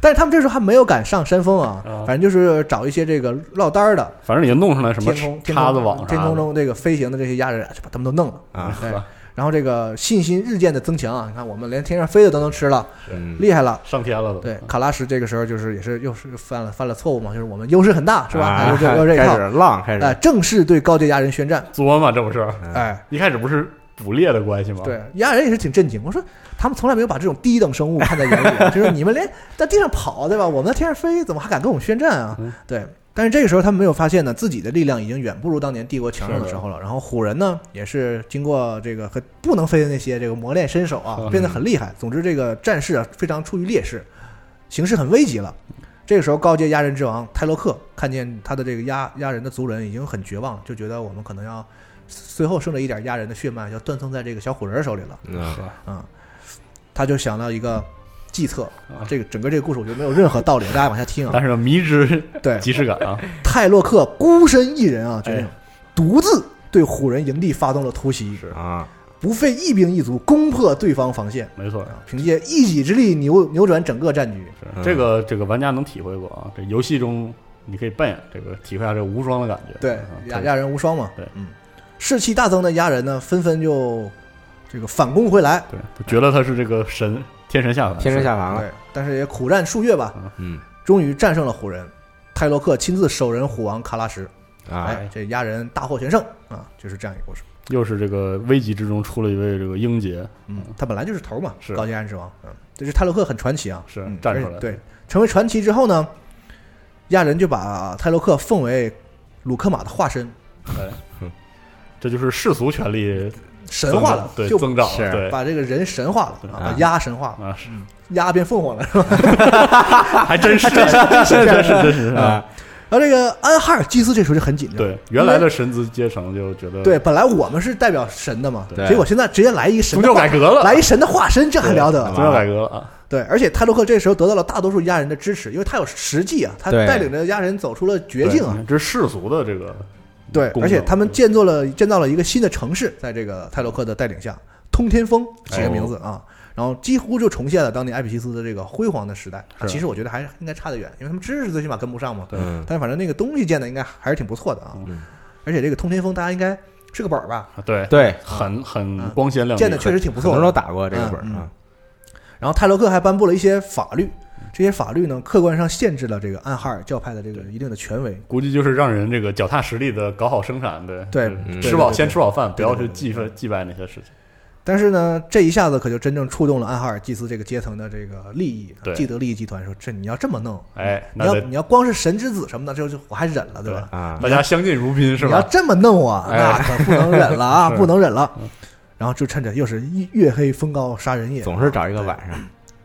Speaker 4: 但是他们这时候还没有敢上山峰啊，
Speaker 2: 啊
Speaker 4: 反正就是找一些这个落单儿的
Speaker 2: 反正已经弄上来什么
Speaker 4: 天空天
Speaker 2: 叉子网
Speaker 4: 空
Speaker 2: 啥的
Speaker 4: 天空中这个飞行的这些亚人哎就把他们都弄了
Speaker 3: 啊
Speaker 4: 对
Speaker 2: 是吧
Speaker 4: 然后这个信心日渐的增强啊，你看我们连天上飞的都能吃了，
Speaker 3: 嗯，
Speaker 4: 厉害了。
Speaker 2: 上天了都，
Speaker 4: 对，卡拉什这个时候就是也是又是犯了犯了错误嘛，就是我们优势很大是吧？
Speaker 3: 啊
Speaker 4: 哎又这又这一
Speaker 3: 开
Speaker 4: 套，
Speaker 3: 始浪，开
Speaker 4: 哎，
Speaker 3: 始
Speaker 4: 正式对高阶亚人宣战，
Speaker 2: 作嘛这不是，
Speaker 3: 嗯
Speaker 4: 哎，
Speaker 2: 一开始不是捕猎的关系吗？
Speaker 4: 对，亚人也是挺震惊。我说他们从来没有把这种低等生物看在眼里， 就是你们连在地上跑，对吧？我们在天上飞，怎么还敢跟我们宣战啊
Speaker 2: 嗯？
Speaker 4: 对。但是这个时候，他们没有发现呢，自己的力量已经远不如当年帝国强盛的
Speaker 2: 是的
Speaker 4: 时候了。然后虎人呢，也是经过这个和不能飞的那些这个磨练身手啊，
Speaker 2: 嗯
Speaker 4: 变得很厉害。总之，这个战事啊非常处于劣势，形势很危急了。这个时候，高阶亚人之王泰洛克看见他的这个亚亚人的族人已经很绝望了，就觉得我们可能要最后剩了一点亚人的血脉要断送在这个小虎人手里了。
Speaker 3: 嗯
Speaker 2: 是吧，
Speaker 4: 啊，他就想到一个计策，
Speaker 2: 啊
Speaker 4: 这个整个这个故事我觉得没有任何道理，大家往下听啊
Speaker 2: 但。是迷之
Speaker 4: 对，
Speaker 2: 即视感啊，
Speaker 4: 泰洛克孤身一人啊，就那种
Speaker 2: 哎
Speaker 4: 独自对虎人营地发动了突袭，
Speaker 2: 是
Speaker 3: 啊，
Speaker 4: 不费一兵一卒攻破对方防线，
Speaker 2: 没错。
Speaker 4: 啊凭借一己之力扭扭转整个战局。
Speaker 2: 是
Speaker 3: 嗯
Speaker 2: 这个这个玩家能体会过啊，这游戏中你可以扮演这个，体会下这个无双的感觉。
Speaker 4: 对
Speaker 2: 啊，
Speaker 4: 压压人无双嘛。
Speaker 2: 对
Speaker 4: 嗯，士气大增的压人呢，纷纷就这个反攻回来。
Speaker 2: 对，就觉得他是这个神天神下凡，
Speaker 3: 天神下
Speaker 2: 啊
Speaker 3: 凡了，
Speaker 4: 对，但是也苦战数月吧，
Speaker 3: 嗯
Speaker 4: 终于战胜了虎人。泰洛克亲自手刃虎王卡拉什，
Speaker 3: 啊，
Speaker 4: 哎，这压人大获全胜啊，就是这样一个故事。
Speaker 2: 又是这个危急之中出了一位这个英杰，
Speaker 4: 嗯，他本来就是头嘛，
Speaker 2: 是
Speaker 4: 高级暗之王。嗯，这是泰洛克很传奇啊，
Speaker 2: 是
Speaker 4: 嗯
Speaker 2: 站出来
Speaker 4: 而且对，成为传奇之后呢，亚人就把泰洛克奉为鲁克马的化身，
Speaker 2: 这就是世俗权力
Speaker 4: 神化了，
Speaker 2: 对，
Speaker 4: 就
Speaker 2: 增长了
Speaker 3: 是
Speaker 2: 对
Speaker 4: 把这个人神化了，啊
Speaker 3: 啊
Speaker 4: 把鸭神化了，
Speaker 2: 啊，是
Speaker 4: 鸭变凤凰了。是吧
Speaker 2: 还真 是真是真是真是啊，
Speaker 3: 啊，
Speaker 4: 然后这个安哈尔祭司这时候就很紧张，
Speaker 2: 对，原来的神职阶层就觉得
Speaker 4: 对，本来我们是代表神的嘛，
Speaker 3: 对
Speaker 4: 结果现在直接来一个神
Speaker 2: 宗教
Speaker 4: 的化，
Speaker 2: 改革了，
Speaker 4: 来一神的化身，这还了得
Speaker 2: 宗？教改革了啊，
Speaker 4: 对，而且泰洛克这时候得到了大多数亚人的支持，因为他有实际啊，他
Speaker 3: 对
Speaker 4: 带领着亚人走出了绝境啊
Speaker 2: 对，这是世俗的这个
Speaker 4: 对，
Speaker 2: 功能
Speaker 4: 而且他们建造了建造了一个新的城市，在这个泰洛克的带领下，通天峰起个名字啊，然后几乎就重现了当年艾比西斯的这个辉煌的时代。啊
Speaker 2: 是
Speaker 4: 其实我觉得还是应该差得远，因为他们知识最起码跟不上嘛。
Speaker 2: 对
Speaker 3: 嗯
Speaker 4: 但是反正那个东西建的应该还是挺不错的啊，
Speaker 3: 嗯
Speaker 4: 而且这个通天峰大家应该是个本儿吧，
Speaker 2: 啊对，
Speaker 3: 对，
Speaker 2: 很很
Speaker 4: 嗯
Speaker 2: 光鲜亮丽，
Speaker 4: 建的确实挺不
Speaker 3: 很多
Speaker 4: 错
Speaker 3: 人都
Speaker 4: 的。
Speaker 3: 打过这个本
Speaker 4: 嗯
Speaker 3: 儿啊，
Speaker 4: 然后泰洛克还颁布了一些法律，这些法律呢客观上限制了这个暗哈尔教派的这个一定的权威。
Speaker 2: 估计就是让人这个脚踏实地的搞好生产，对
Speaker 4: 对
Speaker 2: 就是
Speaker 3: 嗯
Speaker 2: 吃饱
Speaker 4: 对对对
Speaker 2: 先吃饱饭，不
Speaker 4: 对
Speaker 2: 要
Speaker 4: 对
Speaker 2: 去祭拜祭拜那些事情。
Speaker 4: 但是呢，这一下子可就真正触动了暗哈尔祭司这个阶层的这个利益，
Speaker 2: 对
Speaker 4: 既得利益集团说这你要这么弄，
Speaker 2: 哎，
Speaker 4: 你
Speaker 2: 那
Speaker 4: 要
Speaker 2: 得
Speaker 4: 你要光是神之子什么的，这就我还忍了，对吧？
Speaker 3: 啊，
Speaker 2: 大家相敬如宾是
Speaker 4: 你要
Speaker 2: 吧？
Speaker 4: 这么弄我，
Speaker 2: 哎
Speaker 4: 那可不能忍了啊，
Speaker 2: 是
Speaker 4: 不能忍了。然后就趁着又是一月黑风高杀人夜，
Speaker 3: 总是找一个晚上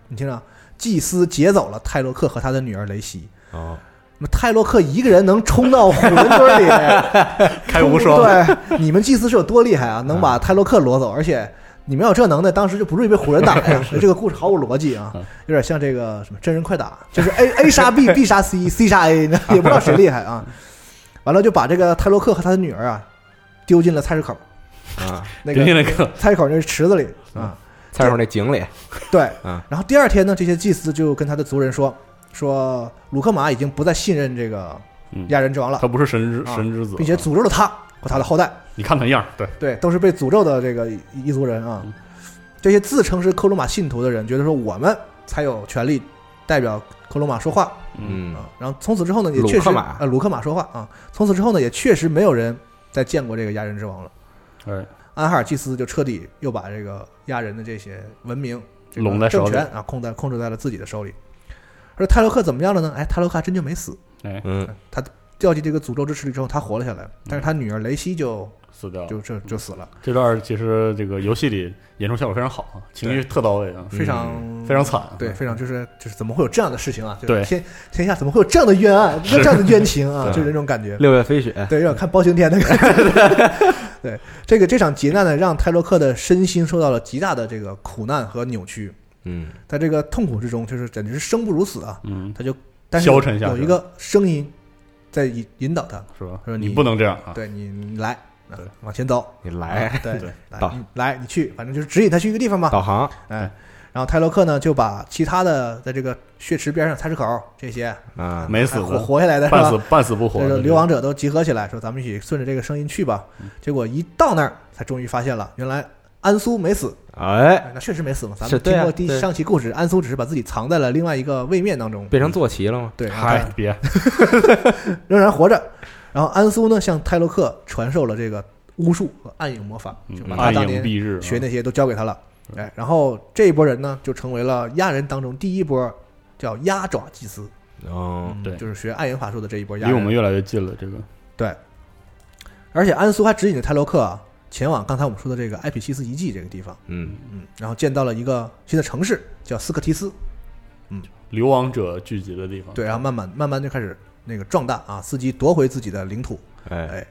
Speaker 4: 你听着，祭司劫走了泰洛克和他的女儿雷西。
Speaker 3: 哦，
Speaker 4: 那么泰洛克一个人能冲到虎人堆里，
Speaker 2: 开无双，嗯
Speaker 4: 对，你们祭司是有多厉害啊？能把泰洛克掳走，而且你们要有这能耐，当时就不至于被虎人打 呀。这个故事毫无逻辑啊
Speaker 2: 嗯，
Speaker 4: 有点像这个什么真人快打，就是 A A 杀 B，B 杀 C，C 杀 A，你知 道也不知道谁厉害啊。完了就把这个泰洛克和他的女儿啊丢进了菜市口
Speaker 3: 啊，
Speaker 4: 那
Speaker 2: 丢进
Speaker 4: 个
Speaker 2: 那个
Speaker 4: 菜市口那池子里啊。
Speaker 3: 菜市口那井里，
Speaker 4: 对
Speaker 3: 嗯，
Speaker 4: 然后第二天呢，这些祭司就跟他的族人说说，鲁克马已经不再信任这个
Speaker 2: 嗯
Speaker 4: 亚人之王了
Speaker 2: 他，不是神之
Speaker 4: 啊
Speaker 2: 神之子，
Speaker 4: 并且诅咒了他和他的后代。
Speaker 2: 你看他样，对，
Speaker 4: 对，都是被诅咒的这个一一族人啊
Speaker 2: 嗯。
Speaker 4: 这些自称是科鲁玛信徒的人，觉得说我们才有权利代表科鲁玛说话
Speaker 3: 嗯
Speaker 4: 啊。然后从此之后呢，也
Speaker 3: 鲁
Speaker 4: 确
Speaker 3: 克
Speaker 4: 实
Speaker 3: 马
Speaker 4: 呃鲁克马说话啊。从此之后呢，也确实没有人再见过这个亚人之王了。
Speaker 2: 哎，
Speaker 4: 安哈尔祭司就彻底又把这个亚人的这些文明、这
Speaker 2: 拢在
Speaker 4: 个
Speaker 2: 手里
Speaker 4: 政权啊控在控制在了自己的手里。而泰洛克怎么样了呢？哎，泰洛克还真就没死，
Speaker 3: 嗯，
Speaker 4: 掉进这个诅咒之池里之后，他活了下来，但是他女儿雷西就
Speaker 2: 死掉了。
Speaker 4: 就就就死了，
Speaker 2: 这段其实这个游戏里演出效果非常好啊，情绪特到位啊，
Speaker 4: 非常
Speaker 2: 非常惨啊，
Speaker 4: 对，非常就是就是怎么会有这样的事情啊？就是
Speaker 2: 对
Speaker 4: 天天下怎么会有这样的 冤案，这样的冤情啊？
Speaker 3: 对
Speaker 4: 就是那种感觉，
Speaker 3: 六月飞雪，
Speaker 4: 对，有点看包青天的感觉。 对，这个这场劫难呢，让泰洛克的身心受到了极大的这个苦难和扭曲，
Speaker 3: 嗯，
Speaker 4: 在这个痛苦之中，就是简直是生不如死啊！
Speaker 2: 嗯，
Speaker 4: 他就但是
Speaker 2: 消沉下去
Speaker 4: 有一个声音在引引导他，
Speaker 2: 是吧
Speaker 4: 他说？你
Speaker 2: 你不能这样啊，
Speaker 4: 对你你来，啊
Speaker 2: 对
Speaker 4: 往 前走，
Speaker 3: 你来
Speaker 4: 对，
Speaker 2: 对啊
Speaker 4: 来
Speaker 3: 导
Speaker 4: 你来你去，反正就是指引他去一个地方吧。
Speaker 3: 导航，
Speaker 4: 哎，然后泰洛克呢就把其他的在这个血池边上菜市口这些
Speaker 3: 啊，
Speaker 2: 没死
Speaker 4: 还活
Speaker 2: 的，
Speaker 4: 活下来的是
Speaker 2: 半死
Speaker 4: 吧？
Speaker 2: 半死不活
Speaker 4: 这
Speaker 2: 的
Speaker 4: 个
Speaker 2: 这嗯
Speaker 4: 流亡者都集合起来说：“咱们一起顺着这个声音去吧。”结果一到那儿，才终于发现了，原来安苏没死，
Speaker 3: 哎，
Speaker 4: 哎那确实没死嘛。咱
Speaker 3: 是
Speaker 4: 们
Speaker 3: 对啊
Speaker 4: 听过第
Speaker 3: 对
Speaker 4: 上期故事，安苏只是把自己藏在了另外一个位面当中，
Speaker 3: 变成坐骑了吗？
Speaker 4: 对，然后
Speaker 2: 嗨
Speaker 4: 他，
Speaker 2: 哎别
Speaker 4: 仍然活着。然后安苏呢，向泰洛克传授了这个巫术和暗影魔法，就
Speaker 2: 嗯
Speaker 4: 把他
Speaker 2: 暗
Speaker 4: 当
Speaker 2: 影
Speaker 4: 年
Speaker 2: 蔽日啊，
Speaker 4: 学那些都交给他了。
Speaker 2: 嗯
Speaker 4: 哎，然后这一波人呢，就成为了亚人当中第一波叫鸭爪祭司，
Speaker 3: 哦，
Speaker 2: 嗯对
Speaker 4: 就是学暗影法术的这一波
Speaker 2: 离
Speaker 4: 亚人。
Speaker 2: 我们越来越近了，这个
Speaker 4: 而且安苏还指引着泰洛克啊前往刚才我们说的这个埃匹西斯遗迹这个地方，
Speaker 3: 嗯，
Speaker 4: 嗯，然后见到了一个新的城市叫斯克提斯，
Speaker 2: 流亡者聚集的地方，
Speaker 4: 对，啊然后慢慢慢慢就开始那个壮大啊，伺机夺回自己的领土。
Speaker 3: 哎，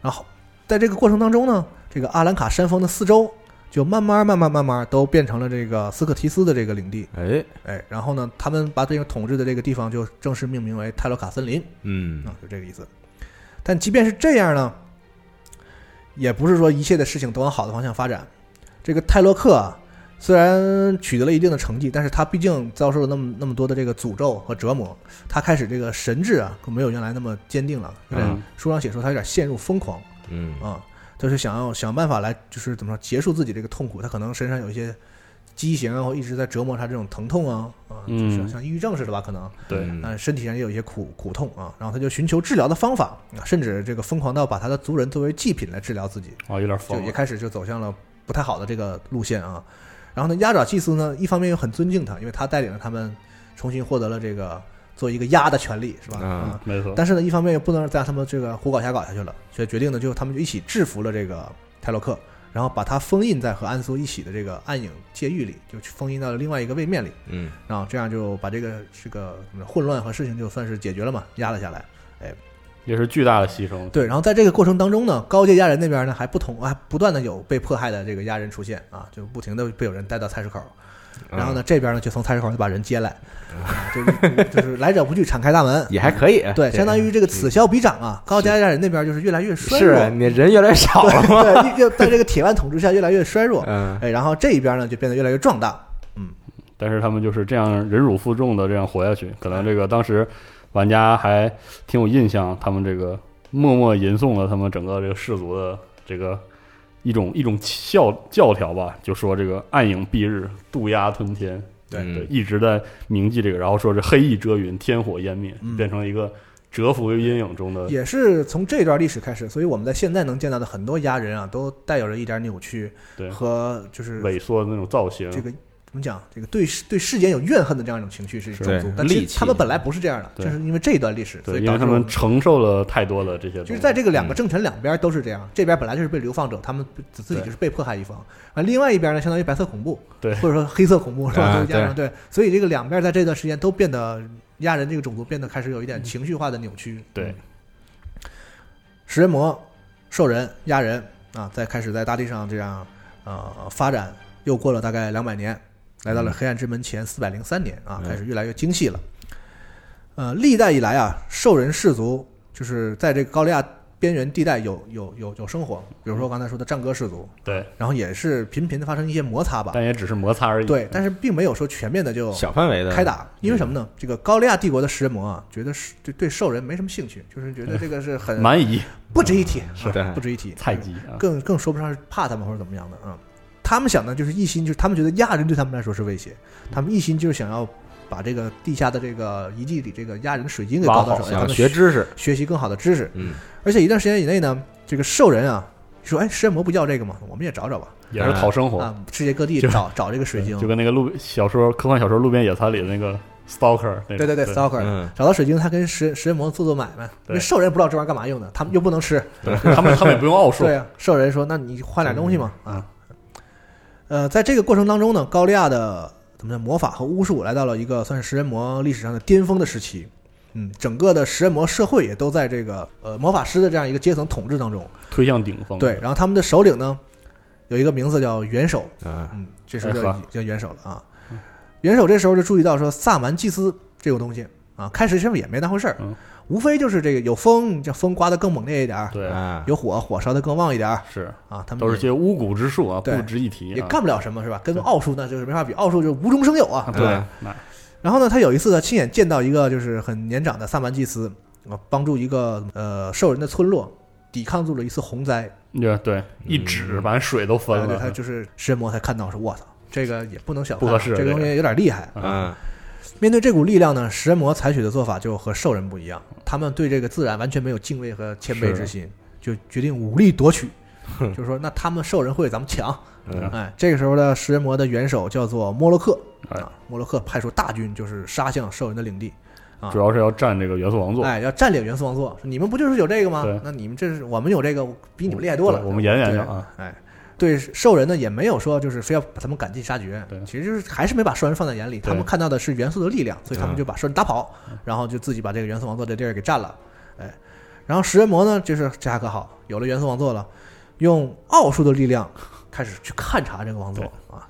Speaker 4: 然后在这个过程当中呢，这个阿兰卡山峰的四周就慢慢慢慢慢慢都变成了这个斯克提斯的这个领地，
Speaker 3: 哎，
Speaker 4: 哎，然后呢，他们把这个统治的这个地方就正式命名为泰洛卡森林，
Speaker 3: 嗯
Speaker 4: 啊，就这个意思。但即便是这样呢，也不是说一切的事情都往好的方向发展。这个泰洛克啊，虽然取得了一定的成绩，但是他毕竟遭受了那么那么多的这个诅咒和折磨，他开始这个神智啊，没有原来那么坚定了。有点
Speaker 2: 嗯
Speaker 4: 书上写说他有点陷入疯狂
Speaker 3: 嗯
Speaker 4: 啊，就是想要想办法来，就是怎么说结束自己这个痛苦。他可能身上有一些畸形啊，或一直在折磨他这种疼痛啊啊，就是
Speaker 2: 嗯
Speaker 4: 像抑郁症似的吧，可能。
Speaker 2: 对，
Speaker 3: 嗯
Speaker 4: 嗯，身体上也有一些苦苦痛啊，然后他就寻求治疗的方法，啊甚至这个疯狂到把他的族人作为祭品来治疗自己，
Speaker 2: 哦，有点
Speaker 4: 就
Speaker 2: 疯
Speaker 4: 也
Speaker 2: 了，
Speaker 4: 开始就走向了不太好的这个路线啊。然后呢，压爪祭司呢，一方面又很尊敬他，因为他带领了他们重新获得了这个做一个压的权利，是吧？
Speaker 3: 啊
Speaker 4: 嗯
Speaker 2: 没错，
Speaker 4: 但是呢，一方面又不能让他们这个胡搞瞎搞下去了，所以决定呢，就他们就一起制服了这个泰洛克，然后把他封印在和安苏一起的这个暗影界狱里，就去封印到了另外一个位面里。
Speaker 3: 嗯
Speaker 4: 然后啊这样就把这个这个怎么说混乱和事情就算是解决了嘛，压了下来。
Speaker 2: 也是巨大的牺牲。
Speaker 4: 对，然后在这个过程当中呢，高阶压人那边呢还不同，还啊不断的有被迫害的这个压人出现啊，就不停的被有人带到菜市口，然后呢这边呢就从菜市口就把人接来，啊就是就是来者不拒，敞开大门。
Speaker 3: 也还可以，
Speaker 4: 对，相当于这个此消彼长啊，高阶压人那边就是越来越衰弱，
Speaker 3: 是你人越来越少了嘛，
Speaker 4: 对，越越在这个铁腕统治下越来越衰弱，
Speaker 3: 嗯
Speaker 4: 哎，然后这一边呢就变得越来越壮大，
Speaker 2: 但是他们就是这样忍辱负重的这样活下去。可能这个当时玩家还挺有印象，他们这个默默吟诵了他们整个这个氏族的这个一种一种教教条吧，就说这个暗影蔽日，渡鸦吞天，
Speaker 4: 对
Speaker 2: 对，
Speaker 3: 嗯
Speaker 2: 一直在铭记这个，然后说是黑羿遮云，天火湮灭，
Speaker 4: 嗯
Speaker 2: 变成一个蛰伏于阴影中的。
Speaker 4: 也是从这段历史开始，所以我们在现在能见到的很多鸭人啊，都带有着一点扭曲
Speaker 2: 对
Speaker 4: 和就是
Speaker 2: 萎缩的那种造型，
Speaker 4: 这个怎么讲，这个对世对世间有怨恨的这样一种情绪是一种
Speaker 3: 对
Speaker 4: 族，但其
Speaker 3: 戾
Speaker 4: 实
Speaker 3: 气
Speaker 4: 他们本来不是这样的，
Speaker 2: 对
Speaker 4: 正是因为这一段历史，所
Speaker 2: 对，
Speaker 4: 以
Speaker 2: 因
Speaker 4: 导
Speaker 2: 为
Speaker 4: 致
Speaker 2: 他
Speaker 4: 我
Speaker 2: 们嗯承受了太多的这些东西。
Speaker 4: 就是在这个两个政权两边都是这样，这边本来就是被流放者，他们自自己
Speaker 2: 对
Speaker 4: 就是被迫害一方，啊，另外一边呢，相当于白色恐怖，
Speaker 2: 对
Speaker 4: 或者说黑色恐怖是吧？
Speaker 3: 啊
Speaker 4: 就是加上对，所以这个两边在这段时间都变得亚人这个种族变得开始有一点情绪化的扭曲，
Speaker 2: 嗯对，
Speaker 4: 食人魔、兽人、亚人啊，在开始在大地上这样呃发展，又过了大概两百年，来到了黑暗之门前四百零三年啊，
Speaker 3: 嗯
Speaker 4: 开始越来越精细了。呃，历代以来啊，兽人氏族就是在这个高利亚边缘地带有有有有生活，比如说刚才说的战歌氏族，
Speaker 2: 对，
Speaker 4: 然后也是频频的发生一些摩擦吧，
Speaker 2: 但也只是摩擦而已。
Speaker 4: 对，但是并没有说全面的就
Speaker 3: 小范围的嗯
Speaker 4: 开，打，因为什么呢？这个高利亚帝国的食人魔啊，觉得是对对兽人没什么兴趣，就是觉得这个是很
Speaker 2: 蛮夷
Speaker 4: 不值一提，
Speaker 3: 是
Speaker 4: 啊
Speaker 3: 的
Speaker 4: 不值一提，
Speaker 2: 菜 鸡啊，
Speaker 4: 更更说不上是怕他们或者怎么样的啊。他们想的就是一心，就是他们觉得亚人对他们来说是威胁，他们一心就是想要把这个地下的这个遗迹里这个亚人的水晶给
Speaker 2: 挖
Speaker 4: 搞
Speaker 2: 好
Speaker 4: 到手，让他
Speaker 3: 想
Speaker 4: 们
Speaker 3: 学知识，
Speaker 4: 学习更好的知识。
Speaker 3: 嗯，
Speaker 4: 而且一段时间以内呢，这个兽人啊说：“哎，食人魔不要这个吗？我们也找找吧。
Speaker 2: 也是讨生”活。
Speaker 4: 啊，世界各地
Speaker 2: 哦就
Speaker 4: 找找这个水
Speaker 2: 对
Speaker 4: 晶
Speaker 2: 就，跟那个路小说、科幻小说《路边野餐》里的那个 stalker 那种。
Speaker 4: 对对对，stalker。
Speaker 3: 嗯，
Speaker 4: 找到水晶，他跟食食人魔做做买卖，因为
Speaker 2: 对
Speaker 4: 兽人不知道这玩意儿干嘛用的，他们又不能吃，
Speaker 2: 他们他们也不用奥数
Speaker 4: 对，啊，兽人说：“那你换点东西嘛。”
Speaker 2: 嗯
Speaker 4: 啊，呃，在这个过程当中呢，高利亚的怎么讲魔法和巫术来到了一个算是食人魔历史上的巅峰的时期。嗯，整个的食人魔社会也都在这个呃魔法师的这样一个阶层统治当中。
Speaker 2: 推向顶峰。
Speaker 4: 对，，然后他们的首领呢，有一个名字叫元首，
Speaker 3: 啊，
Speaker 4: 嗯，这时候
Speaker 2: 哎
Speaker 4: 叫
Speaker 2: 呵
Speaker 4: 叫元首了啊。元首这时候就注意到说，萨满祭司这个东西啊，开始其实也没当回事儿
Speaker 2: 嗯，
Speaker 4: 无非就是这个有风，这风刮得更猛烈一点儿；
Speaker 2: 对，
Speaker 3: 啊，
Speaker 4: 有火，火烧得更旺一点儿
Speaker 2: 是
Speaker 4: 啊。他们
Speaker 2: 都是
Speaker 4: 也
Speaker 2: 些巫蛊之术啊，
Speaker 4: 对
Speaker 2: 不值一提啊。
Speaker 4: 也干不了什么，是吧？跟
Speaker 2: 对
Speaker 4: 奥数那就是没法比，奥数就是无中生有啊。
Speaker 2: 对
Speaker 3: 嗯，
Speaker 2: 那
Speaker 4: 然后呢，他有一次呢，亲眼见到一个就是很年长的萨满祭司，啊，帮助一个呃兽人的村落抵抗住了一次洪灾。
Speaker 2: 对对，一指把水都分
Speaker 4: 然后
Speaker 2: 了。嗯
Speaker 4: 就他就是食人魔才看到，说我操，这个也不能小看，
Speaker 2: 不
Speaker 4: 啊
Speaker 2: 合适啊
Speaker 4: 这个东西有点厉害。
Speaker 3: 嗯，
Speaker 4: 面对这股力量呢，食人魔采取的做法就和兽人不一样，他们对这个自然完全没有敬畏和谦卑之心，就决定武 力夺取。就是说，那他们兽人会咱们强，
Speaker 3: 嗯
Speaker 4: 哎，这个时候的食人魔的元首叫做摩洛克
Speaker 2: 哎
Speaker 4: 啊，摩洛克派出大军就是杀向兽人的领地，啊
Speaker 2: 主要是要占这个元素王座。
Speaker 4: 哎，要占领元素王座。你们不就是有这个吗
Speaker 2: 对？
Speaker 4: 那你们这是我们有这个，比你们厉害多了。
Speaker 2: 对我们研究研究啊。
Speaker 4: 对。哎，对兽人呢也没有说就是非要把他们赶尽杀绝
Speaker 2: 对，
Speaker 4: 其实就是还是没把兽人放在眼里，
Speaker 2: 对
Speaker 4: 他们看到的是元素的力量，所以他们
Speaker 3: 嗯
Speaker 4: 就把兽人打跑，然后就自己把这个元素王座这地儿给占了。哎，然后食人魔呢，就是这下可好，有了元素王座了，用奥数的力量开始去勘察这个王座啊，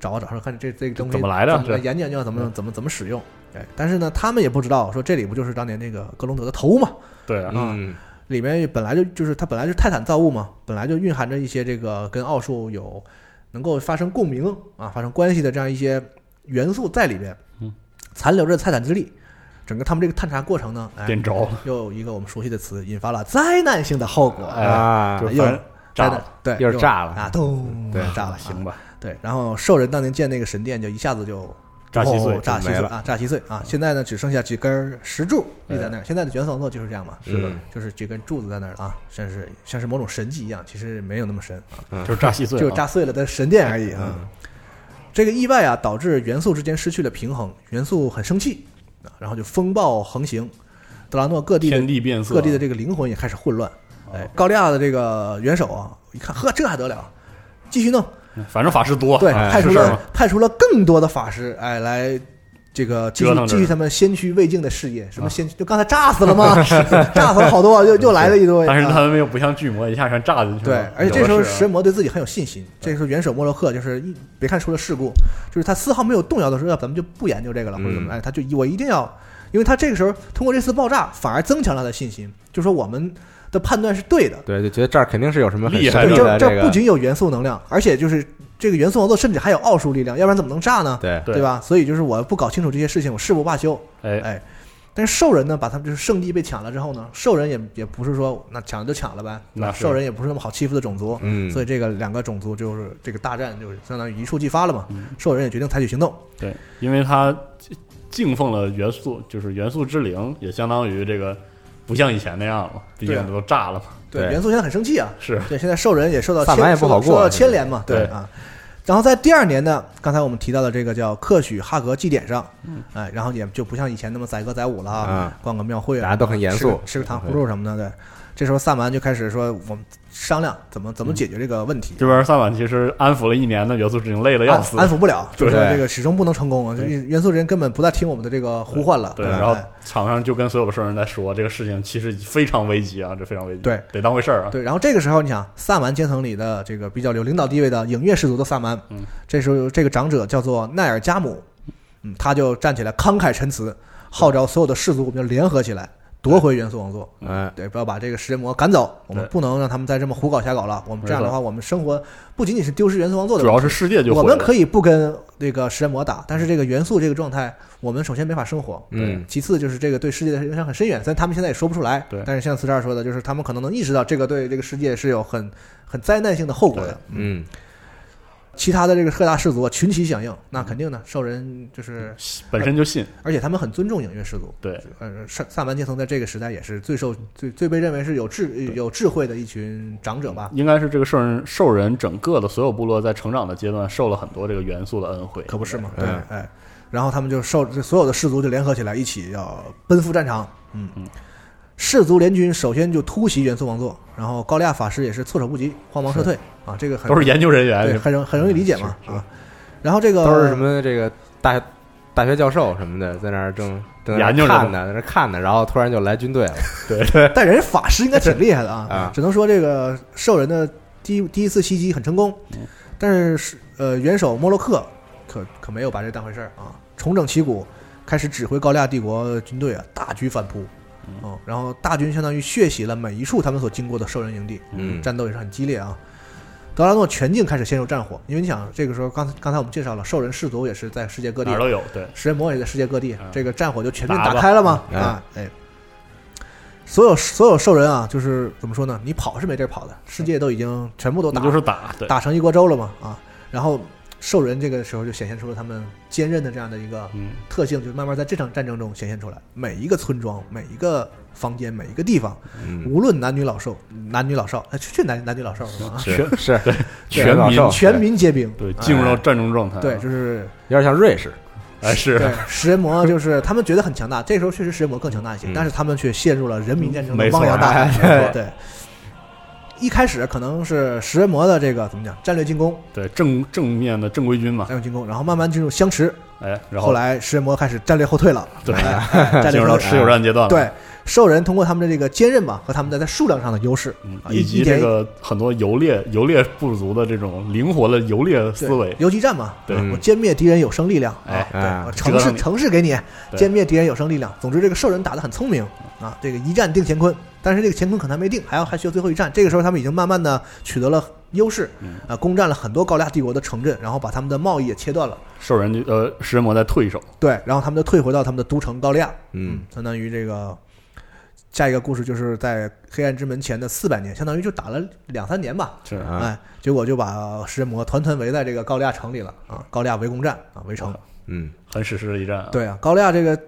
Speaker 4: 找啊找说看这这个东西
Speaker 2: 怎么来的嗯
Speaker 4: 怎么
Speaker 2: 这
Speaker 4: 研究研究怎么怎么怎么使用。哎，但是呢，他们也不知道说这里不就是当年那个格隆德的头嘛，
Speaker 2: 对啊，
Speaker 3: 嗯，
Speaker 4: 里面本来就就是它本来就泰坦造物嘛，本来就蕴含着一些这个跟奥数有能够发生共鸣啊、发生关系的这样一些元素在里边
Speaker 2: 嗯，
Speaker 4: 残留着泰坦之力。整个他们这个探查过程呢，哎，
Speaker 2: 点着了，
Speaker 4: 又有一个我们熟悉的词，引发了灾难性的后果，
Speaker 2: 哎
Speaker 3: 啊
Speaker 2: 就，
Speaker 4: 又
Speaker 2: 反
Speaker 4: 灾
Speaker 2: 炸
Speaker 4: 难
Speaker 2: 了，
Speaker 4: 对，
Speaker 3: 又是炸了
Speaker 4: 啊，咚，
Speaker 2: 对
Speaker 4: 炸了，
Speaker 2: 行
Speaker 4: 啊，
Speaker 2: 吧，
Speaker 4: 对，然后兽人当年建那个神殿，就一下子就
Speaker 2: 炸稀碎
Speaker 4: 哦，炸稀
Speaker 3: 没
Speaker 4: 碎
Speaker 3: 了
Speaker 4: 啊，炸稀碎啊！现在呢，只剩下几根儿石柱立在那儿。现在的卷扫座就是这样嘛，
Speaker 3: 是的嗯
Speaker 4: 就是几根柱子在那儿啊，像是像是某种神迹一样，其实没有那么神，
Speaker 2: 就是炸稀碎，啊
Speaker 4: 就是炸，碎了的神殿而已啊
Speaker 3: 嗯。
Speaker 4: 这个意外啊，导致元素之间失去了平衡，元素很生气啊，然后就风暴横行，德拉诺各地的
Speaker 2: 天地变色，啊
Speaker 4: 各地的这个灵魂也开始混乱。哎，高利亚的这个元首啊，一看，呵，这还得了？继续弄，
Speaker 2: 反正法师多，
Speaker 4: 对，
Speaker 2: 哎
Speaker 4: 派出
Speaker 2: 是事儿
Speaker 4: 了
Speaker 2: 吗？
Speaker 4: 派出了更多的法师，哎，来这个继
Speaker 2: 折
Speaker 4: 续
Speaker 2: 腾
Speaker 4: 继
Speaker 2: 着啊
Speaker 4: 续他们先驱未竟的事业。什么先驱？就刚才炸死 了吗？炸死了好多，又又来了一堆。
Speaker 2: 但是
Speaker 4: 啊
Speaker 2: 他们又不像巨魔一下全炸进去
Speaker 4: 对
Speaker 2: 了，，
Speaker 4: 而且这时
Speaker 2: 有
Speaker 4: 候
Speaker 2: 的是
Speaker 4: 食
Speaker 2: 啊
Speaker 4: 人魔对自己很有信心。这时候元首莫洛克就是一别看出了事故，就是他丝毫没有动摇的时候，要不咱们就不研究这个了，或者怎么？
Speaker 3: 嗯
Speaker 4: 哎，他就我一定要，因为他这个时候通过这次爆炸，反而增强了他的信心，就说我们的判断是对的。
Speaker 3: 对，就觉得这儿肯定是有什么很
Speaker 2: 厉害
Speaker 3: 神秘
Speaker 2: 的
Speaker 3: 的
Speaker 4: 这
Speaker 3: 这
Speaker 4: 这不
Speaker 3: 个，
Speaker 4: 仅有元素能量，而且就是这个元素王座甚至还有奥数力量，要不然怎么能炸呢？
Speaker 3: 对，
Speaker 2: 对
Speaker 4: 对吧？所以就是我不搞清楚这些事情，我誓不罢休。
Speaker 2: 哎，
Speaker 4: 哎，但是兽人呢，把他们就是圣地被抢了之后呢，兽人也也不是说那抢了就抢了呗，
Speaker 2: 那是
Speaker 4: 兽人也不是那么好欺负的种族，
Speaker 3: 嗯，
Speaker 4: 所以这个两个种族就是这个大战就是相当于一触即发了嘛
Speaker 2: 嗯。
Speaker 4: 兽人也决定采取行动，
Speaker 2: 对，因为他敬奉了元素，就是元素之灵，也相当于这个不像以前那样了，毕
Speaker 4: 对啊
Speaker 2: 竟都炸了嘛，
Speaker 3: 对
Speaker 4: 元素现在很生气啊，
Speaker 2: 是
Speaker 4: 对，现在兽人也受到
Speaker 3: 萨
Speaker 4: 牵
Speaker 3: 满也不好
Speaker 4: 受到受到
Speaker 3: 过
Speaker 4: 牵连嘛，
Speaker 2: 对
Speaker 4: 啊。然后在第二年呢，刚才我们提到的这个叫克许哈格祭典上，哎，然后也就不像以前那么载歌载舞了啊
Speaker 3: 啊，
Speaker 4: 逛个庙会
Speaker 3: 大
Speaker 4: 啊
Speaker 3: 家，都很严
Speaker 4: 吃
Speaker 3: 肃
Speaker 4: 个，吃个糖葫芦什么的。对，这时候萨满就开始说，我们商量怎么怎
Speaker 2: 嗯
Speaker 4: 么解决这个问题。
Speaker 2: 这边萨满其实安抚了一年的元素之灵，累得要
Speaker 4: 安
Speaker 2: 死，
Speaker 4: 安抚不了，就是
Speaker 3: 对
Speaker 4: 这个始终不能成功啊！就
Speaker 2: 对
Speaker 4: 是元素人根本不再听我们的这个呼唤了，
Speaker 2: 对，
Speaker 4: 吧
Speaker 2: 然后
Speaker 4: 哎
Speaker 2: 场上就跟所有的兽人在说这个事情其实非常危急啊，这非常危急，
Speaker 4: 对，
Speaker 2: 得当回事儿啊，
Speaker 4: 对，然后这个时候你想，萨满阶层里的这个比较有领导地位的影乐氏族的萨满，
Speaker 2: 嗯，
Speaker 4: 这时候这个长者叫做奈尔加姆，嗯，他就站起来慷慨陈词，号召所有的氏族我们就联合起来夺回元素王座，
Speaker 3: 嗯，
Speaker 4: 对，不要把这个食人魔赶走，我们
Speaker 2: 对
Speaker 4: 不能让他们再这么胡搞瞎搞了。我们这样的
Speaker 2: 没
Speaker 4: 话，我们生活不仅仅是丢失元素王座的
Speaker 2: 主
Speaker 4: 问
Speaker 2: 要
Speaker 4: 题，
Speaker 2: 是世界就
Speaker 4: 我
Speaker 2: 毁
Speaker 4: 们
Speaker 2: 了
Speaker 4: 可以不跟那个食人魔打，但是这个元素这个状态，我们首先没法生活，
Speaker 3: 嗯
Speaker 4: 其次就是这个对世界的影响很深远，虽然他们现在也说不出来，
Speaker 2: 对
Speaker 4: 但是像四十二说的，就是他们可能能意识到这个对这个世界是有很很灾难性的后果的。
Speaker 3: 嗯，
Speaker 4: 其他的这个各大氏族啊群起响应，那肯定呢，兽人就是，
Speaker 2: 本身就信，
Speaker 4: 而且他们很尊重影乐氏族。
Speaker 2: 对，
Speaker 4: 呃，萨萨满阶层在这个时代也是最受最最被认为是有智有智慧的一群长者吧，
Speaker 2: 应该是这个兽人兽人整个的所有部落在成长的阶段受了很多这个元素的恩惠，
Speaker 4: 可不是嘛？
Speaker 3: 对
Speaker 4: 对，哎，然后他们就受这所有的氏族就联合起来，一起要奔赴战场。嗯
Speaker 2: 嗯，
Speaker 4: 氏族联军首先就突袭元素王座，然后高利亚法师也是措手不及，慌忙撤退啊，这个很
Speaker 2: 都是研究人员，
Speaker 4: 对，很容很容易理解嘛
Speaker 2: 是是
Speaker 4: 啊。然后这个
Speaker 3: 都是什么这个大大学教授什么的，在那儿正在那儿
Speaker 2: 研究着呢
Speaker 3: 看呢，在那儿看呢，然后突然就来军队了，
Speaker 4: 但人家法师应该挺厉害的啊，
Speaker 3: 啊
Speaker 4: 只能说这个兽人的第一第一次袭击很成功，
Speaker 3: 嗯
Speaker 4: 但是是呃元首莫洛克可可没有把这当回事儿啊，重整旗鼓，开始指挥高利亚帝国军队啊大举反扑，嗯，然后大军相当于血洗了每一处他们所经过的兽人营地，
Speaker 3: 嗯，
Speaker 4: 战斗也是很激烈啊。德拉诺全境开始陷入战火，因为你想，这个时候刚才刚才我们介绍了，兽人氏族也是在世界各地
Speaker 2: 哪
Speaker 3: 啊
Speaker 2: 儿都有，对，
Speaker 4: 食人魔也在世界各地
Speaker 2: 啊，
Speaker 4: 这个战火就全面
Speaker 2: 打吧
Speaker 4: 打开了嘛
Speaker 3: 嗯
Speaker 4: 啊，哎，所有所有兽人啊，就是怎么说呢？你跑是没地儿跑的，世界都已经全部都
Speaker 2: 那
Speaker 4: 打
Speaker 2: 就是打，对，
Speaker 4: 打成一锅粥了嘛啊，然后兽人这个时候就显现出了他们坚韧的这样的一个
Speaker 2: 嗯，
Speaker 4: 特性，就慢慢在这场战争中显现出来。每一个村庄、每一个房间、每一个地方，
Speaker 3: 嗯
Speaker 4: 无论男女老少，男女老少，哎，确确男男女老少 是吧？啊
Speaker 2: 全
Speaker 3: 是是，
Speaker 2: 全
Speaker 3: 老
Speaker 2: 民
Speaker 3: 少
Speaker 4: 全民皆兵，
Speaker 2: 对，
Speaker 4: 哎
Speaker 2: 进入到战争状态，
Speaker 4: 对，就是
Speaker 3: 有点像瑞士，
Speaker 2: 哎是
Speaker 4: 对，食人 魔就是他们觉得很强大，这时候确实食人魔更强大一些，
Speaker 3: 嗯
Speaker 4: 但是他们却陷入了人民战争的
Speaker 2: 没错啊
Speaker 4: 汪洋大
Speaker 3: 没
Speaker 4: 海。
Speaker 3: 错
Speaker 4: 对，一开始可能是食人魔的这个怎么讲战略进攻，
Speaker 2: 对正正面的正规军嘛，
Speaker 4: 战略进攻，然后慢慢进入相持，
Speaker 2: 哎，然
Speaker 4: 后来食人魔开始战略后退了，
Speaker 2: 对，
Speaker 4: 哎战
Speaker 2: 进
Speaker 4: 略
Speaker 2: 入
Speaker 4: 后
Speaker 2: 到
Speaker 4: 退
Speaker 2: 持久战阶段了，
Speaker 4: 对，兽人通过他们的这个坚韧吧和他们的在数量上的优势
Speaker 2: 嗯，
Speaker 4: 啊，
Speaker 2: 以
Speaker 4: 一
Speaker 2: 及
Speaker 4: 一点
Speaker 2: 这个很多游猎游猎部族的这种灵活的游猎
Speaker 4: 对
Speaker 2: 思维，
Speaker 4: 游击战嘛，
Speaker 2: 对嗯
Speaker 4: 我歼灭敌人有生力量，
Speaker 2: 哎
Speaker 4: 啊，对
Speaker 3: 啊
Speaker 4: 我
Speaker 2: 折
Speaker 4: 城
Speaker 2: 腾
Speaker 4: 市
Speaker 2: 你
Speaker 4: 城市给你
Speaker 2: 对
Speaker 4: 歼灭敌人有生力量。总之，这个兽人打得很聪明啊，这个一战定乾坤，但是这个乾坤可能还没定，还要还需要最后一战。这个时候，他们已经慢慢的取得了优势
Speaker 2: 嗯，
Speaker 4: 啊，攻占了很多高利亚帝国的城镇，然后把他们的贸易也切断了。
Speaker 2: 兽人就呃食人魔再退一手，
Speaker 4: 对，然后他们就退回到他们的都城高利亚，
Speaker 3: 嗯，
Speaker 4: 相当于这个下一个故事就是在黑暗之门前的四百年，相当于就打了两三年吧，
Speaker 2: 是
Speaker 3: 啊
Speaker 4: 哎，结果就把食人魔团团围在这个高利亚城里了啊，高利亚围攻战啊，围城。
Speaker 3: 嗯，
Speaker 2: 很史诗的一战啊。
Speaker 4: 对啊，高利亚这个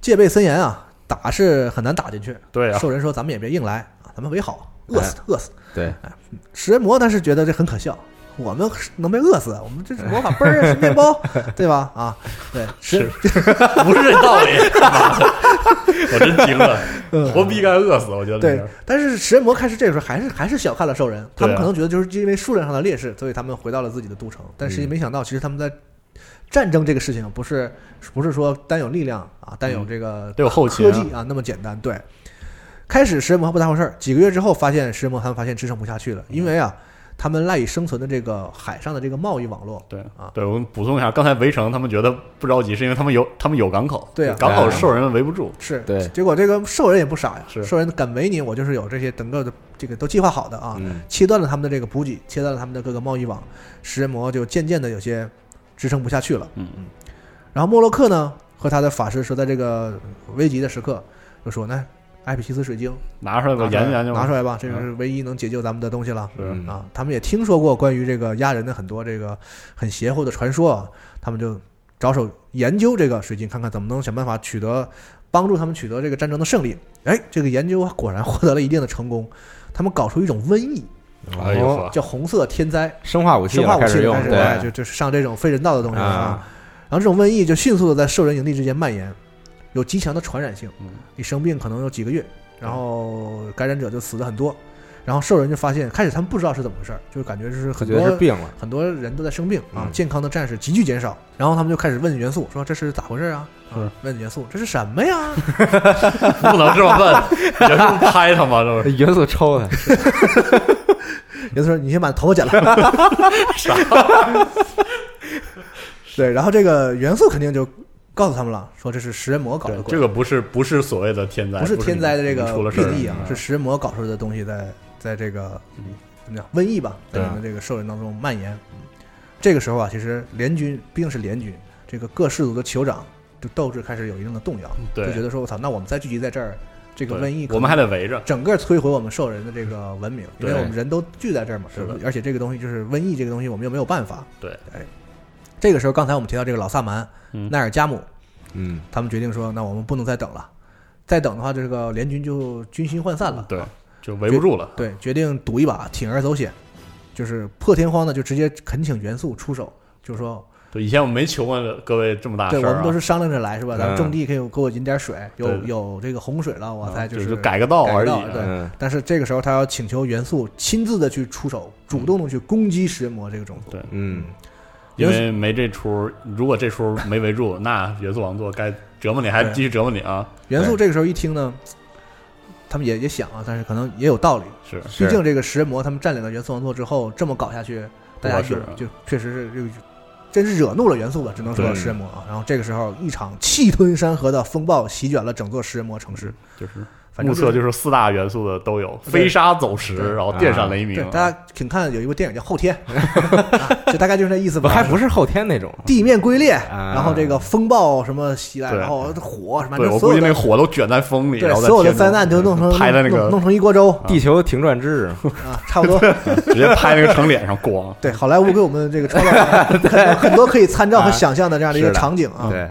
Speaker 4: 戒备森严啊，打是很难打进去。
Speaker 2: 对啊， 哎
Speaker 4: 兽人说：“咱们也别硬来啊，咱们围好，饿死他，饿死他。
Speaker 3: 对，
Speaker 4: 食人魔他是觉得这很可笑，我们能被饿死，我们这是魔法嘣儿是面 包，对吧？啊，对，
Speaker 2: 是
Speaker 4: 食
Speaker 2: 不是这道理？ 我真惊了，
Speaker 4: 嗯
Speaker 2: 活逼该饿死，我觉得这
Speaker 4: 对
Speaker 2: 事儿。，
Speaker 4: 但是食人魔开始这个时候还是还是小看了兽人，他们
Speaker 2: 对啊
Speaker 4: 可能觉得就是因为数量上的劣势，所以他们回到了自己的都城。但实际
Speaker 3: 嗯
Speaker 4: 没想到，其实他们在战争这个事情不是不是说单有力量啊，单有
Speaker 2: 嗯
Speaker 4: 这个
Speaker 2: 得有后勤
Speaker 4: 科
Speaker 2: 啊
Speaker 4: 技啊那么简单。对，开始食人魔还不大回事儿，几个月之后发现食人魔他们发现支撑不下去了，因为啊，他们赖以生存的这个海上的这个贸易网络。
Speaker 2: 对
Speaker 4: 啊
Speaker 2: 对，我们补充一下，刚才围城他们觉得不着急，是因为他们有他们有港口，
Speaker 4: 对啊
Speaker 2: 港口兽人们围不住，
Speaker 4: 是，
Speaker 3: 对
Speaker 4: 结果这个兽人也不傻呀，
Speaker 2: 是
Speaker 4: 兽人敢围你，我就是有这些整个的这个都计划好的啊，
Speaker 3: 嗯，
Speaker 4: 切断了他们的这个补给，切断了他们的各个贸易网，食人魔就渐渐的有些支撑不下去了。
Speaker 2: 嗯
Speaker 4: 然后莫洛克呢和他的法师说，在这个危急的时刻，就说：“那艾比西斯水晶
Speaker 2: 拿出来吧，
Speaker 4: 拿出来
Speaker 2: 研究研究吧，
Speaker 4: 拿出来吧，这个是唯一能解救咱们的东西了。
Speaker 2: 是
Speaker 3: 嗯
Speaker 4: 啊，他们也听说过关于这个亚人的很多这个很邪乎的传说啊，他们就着手研究这个水晶，看看怎么能想办法取得帮助他们取得这个战争的胜利。哎，这个研究果然获得了一定的成功，他们搞出一种瘟疫，
Speaker 2: 哎呦
Speaker 3: 哦
Speaker 2: 呵，
Speaker 4: 叫红色天灾，
Speaker 3: 生化武器
Speaker 4: 生
Speaker 3: 了
Speaker 4: 化武
Speaker 3: 开
Speaker 4: 器
Speaker 3: 始
Speaker 4: 就
Speaker 3: 用
Speaker 4: 开，始哎，就
Speaker 3: 对，
Speaker 4: 就是上这种非人道的东西了
Speaker 3: 啊。
Speaker 4: 然后这种瘟疫就迅速的在兽人营地之间蔓延，有极强的传染性
Speaker 2: 嗯，
Speaker 4: 你生病可能有几个月，然后感染者就死的很多。然后兽人就发现，开始他们不知道是怎么回事儿，就是感觉就是
Speaker 3: 他
Speaker 4: 很
Speaker 3: 觉得
Speaker 4: 多
Speaker 3: 是病了，
Speaker 4: 很多人都在生病啊，
Speaker 3: 嗯
Speaker 4: 健康的战士急剧减少。然后他们就开始问元素，说这是咋回事儿啊？
Speaker 3: 嗯
Speaker 4: 啊问元素这是什么呀？
Speaker 2: 不能这么问，人不拍他吗？这不是
Speaker 3: 呃元素抽他，
Speaker 4: 元素说你先把头发剪 了。对，然后这个元素肯定就告诉他们了，说这是食人魔搞的
Speaker 2: 对
Speaker 4: 鬼。
Speaker 2: 这个不是不是所谓的天灾，
Speaker 4: 不是
Speaker 2: 你
Speaker 4: 天灾的这
Speaker 2: 你出
Speaker 4: 个
Speaker 2: 了事儿
Speaker 4: 病疫啊，
Speaker 2: 嗯
Speaker 4: 是食人魔搞出来的东西在在这个
Speaker 2: 嗯
Speaker 4: 怎么讲瘟疫吧，在
Speaker 3: 对啊
Speaker 4: 你们这个兽人当中蔓延。这个时候啊，其实联军毕竟是联军，这个各氏族的酋长就斗志开始有一定的动摇，
Speaker 2: 对
Speaker 4: 就觉得说我操，那我们再聚集在这儿，这个瘟
Speaker 2: 对
Speaker 4: 疫可能
Speaker 2: 我们还得围着，
Speaker 4: 整个摧毁我们兽人的这个文明，因为
Speaker 2: 对
Speaker 4: 我们人都聚在这儿嘛，
Speaker 2: 是的
Speaker 4: 对不对而且这个东西就是瘟疫这个东西，我们又没有办法。
Speaker 2: 对，
Speaker 4: 哎，这个时候刚才我们提到这个老萨满、
Speaker 2: 嗯
Speaker 4: 奈尔加姆，
Speaker 3: 嗯，
Speaker 4: 他们决定说，那我们不能再等了，再等的话，这个联军就军心涣散了。
Speaker 2: 对，就围不住了，
Speaker 4: 对，决定赌一把，铤而走险，就是破天荒的就直接恳请袁素出手，就说，
Speaker 2: 对，以前我们没求过各位这么大事
Speaker 4: 对
Speaker 2: 儿、啊，
Speaker 4: 我们都是商量着来是吧？咱们
Speaker 3: 嗯
Speaker 4: 种地可以给我引点水，有
Speaker 2: 对
Speaker 4: 有这个洪水了，我才
Speaker 2: 啊就是就改个道
Speaker 4: 改
Speaker 2: 而
Speaker 4: 个
Speaker 2: 已
Speaker 4: 道
Speaker 2: 啊，
Speaker 4: 对
Speaker 3: 嗯
Speaker 4: 但是这个时候，他要请求元素亲自的去出手，主动的去攻击食人魔这个种族。
Speaker 2: 对
Speaker 3: 嗯，
Speaker 2: 因为没这出，如果这出没围住，那元素王座该折磨你，还
Speaker 4: 对
Speaker 2: 继续折磨你啊！
Speaker 4: 元素这个时候一听呢，他们也也想啊，但是可能也有道理。
Speaker 2: 是
Speaker 4: 毕
Speaker 3: 是
Speaker 4: 竟这个食人魔他们占领了元素王座之后，这么搞下去，大家
Speaker 2: 不合
Speaker 4: 就
Speaker 2: 适啊
Speaker 4: 就确实是这个真是惹怒了元素吧，只能说
Speaker 3: 对
Speaker 4: 食人魔啊。然后这个时候，一场气吞山河的风暴席卷了整座食人魔城市，
Speaker 2: 就是
Speaker 4: 反
Speaker 2: 目
Speaker 4: 正
Speaker 2: 测嗯
Speaker 4: 是
Speaker 2: 就是四大元素的都有，
Speaker 4: 对
Speaker 2: 飞沙走石，
Speaker 4: 对
Speaker 2: 然后电闪
Speaker 3: 啊
Speaker 2: 雷鸣
Speaker 4: 对
Speaker 2: 啊，
Speaker 4: 大家请看有一部电影叫《后天》 啊，就大概就是那意思
Speaker 3: 不
Speaker 4: 吧。
Speaker 3: 还不是后天那种，
Speaker 4: 地面龟裂，
Speaker 3: 啊
Speaker 4: 然后这个风暴什么袭来，
Speaker 2: 对
Speaker 4: 然后火什么，反
Speaker 2: 对
Speaker 4: 正
Speaker 2: 我
Speaker 4: 所
Speaker 2: 估
Speaker 4: 有
Speaker 2: 计
Speaker 4: 的
Speaker 2: 那火都卷在风里，
Speaker 4: 对
Speaker 2: 然后在
Speaker 4: 所有的
Speaker 2: 天中
Speaker 4: 灾难都弄成
Speaker 2: 拍在那
Speaker 4: 弄
Speaker 2: 个
Speaker 4: 弄成一锅粥
Speaker 3: 地球停转制，
Speaker 4: 啊，差 不多。，
Speaker 2: 直接拍那个城脸上光
Speaker 4: 对，好莱坞给我们这 个创造了很多很多可以参照和想象的这样的一个
Speaker 3: 是的
Speaker 4: 场景啊。
Speaker 3: 对，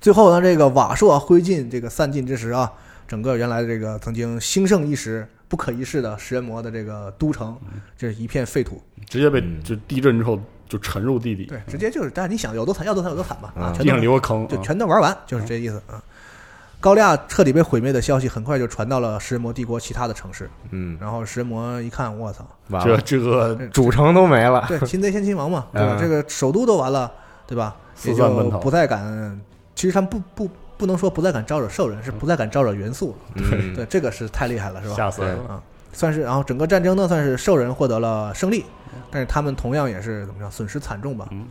Speaker 4: 最后呢，这个瓦硕灰烬这个散尽之时啊，整个原来这个曾经兴盛一时、不可一世的食人魔的这个都城，这是一片废土。
Speaker 2: 直接被
Speaker 3: 嗯
Speaker 2: 就地震之后就沉入地底，
Speaker 4: 对，直接就是，但是你想有多惨，要多惨有多惨吧，啊
Speaker 3: 嗯，
Speaker 4: 全
Speaker 2: 地
Speaker 4: 都
Speaker 2: 上留个坑，
Speaker 4: 就
Speaker 2: 啊
Speaker 4: 全都玩完，就是这意思啊。高利亚彻底被毁灭的消息很快就传到了食人魔帝国其他的城市，
Speaker 3: 嗯，
Speaker 4: 然后食人魔一看，我操，
Speaker 3: 完
Speaker 2: 这
Speaker 3: 了，
Speaker 2: 这个
Speaker 3: 主城都没了，
Speaker 4: 对，擒贼先擒王嘛，对吧？
Speaker 3: 嗯
Speaker 4: 这个首都都完了，对吧？也
Speaker 2: 四散奔
Speaker 4: 就
Speaker 2: 逃
Speaker 4: 不再敢。其实他们不不不能说不再敢招惹兽人，是不再敢招惹元素了。
Speaker 3: 嗯，
Speaker 4: 对，这个是太厉害了，是吧？
Speaker 2: 嗯
Speaker 4: 啊
Speaker 2: 吓死人
Speaker 3: 对
Speaker 2: 了。
Speaker 4: 算是，然后整个战争呢，算是兽人获得了胜利，但是他们同样也是怎么着，损失惨重吧。
Speaker 2: 嗯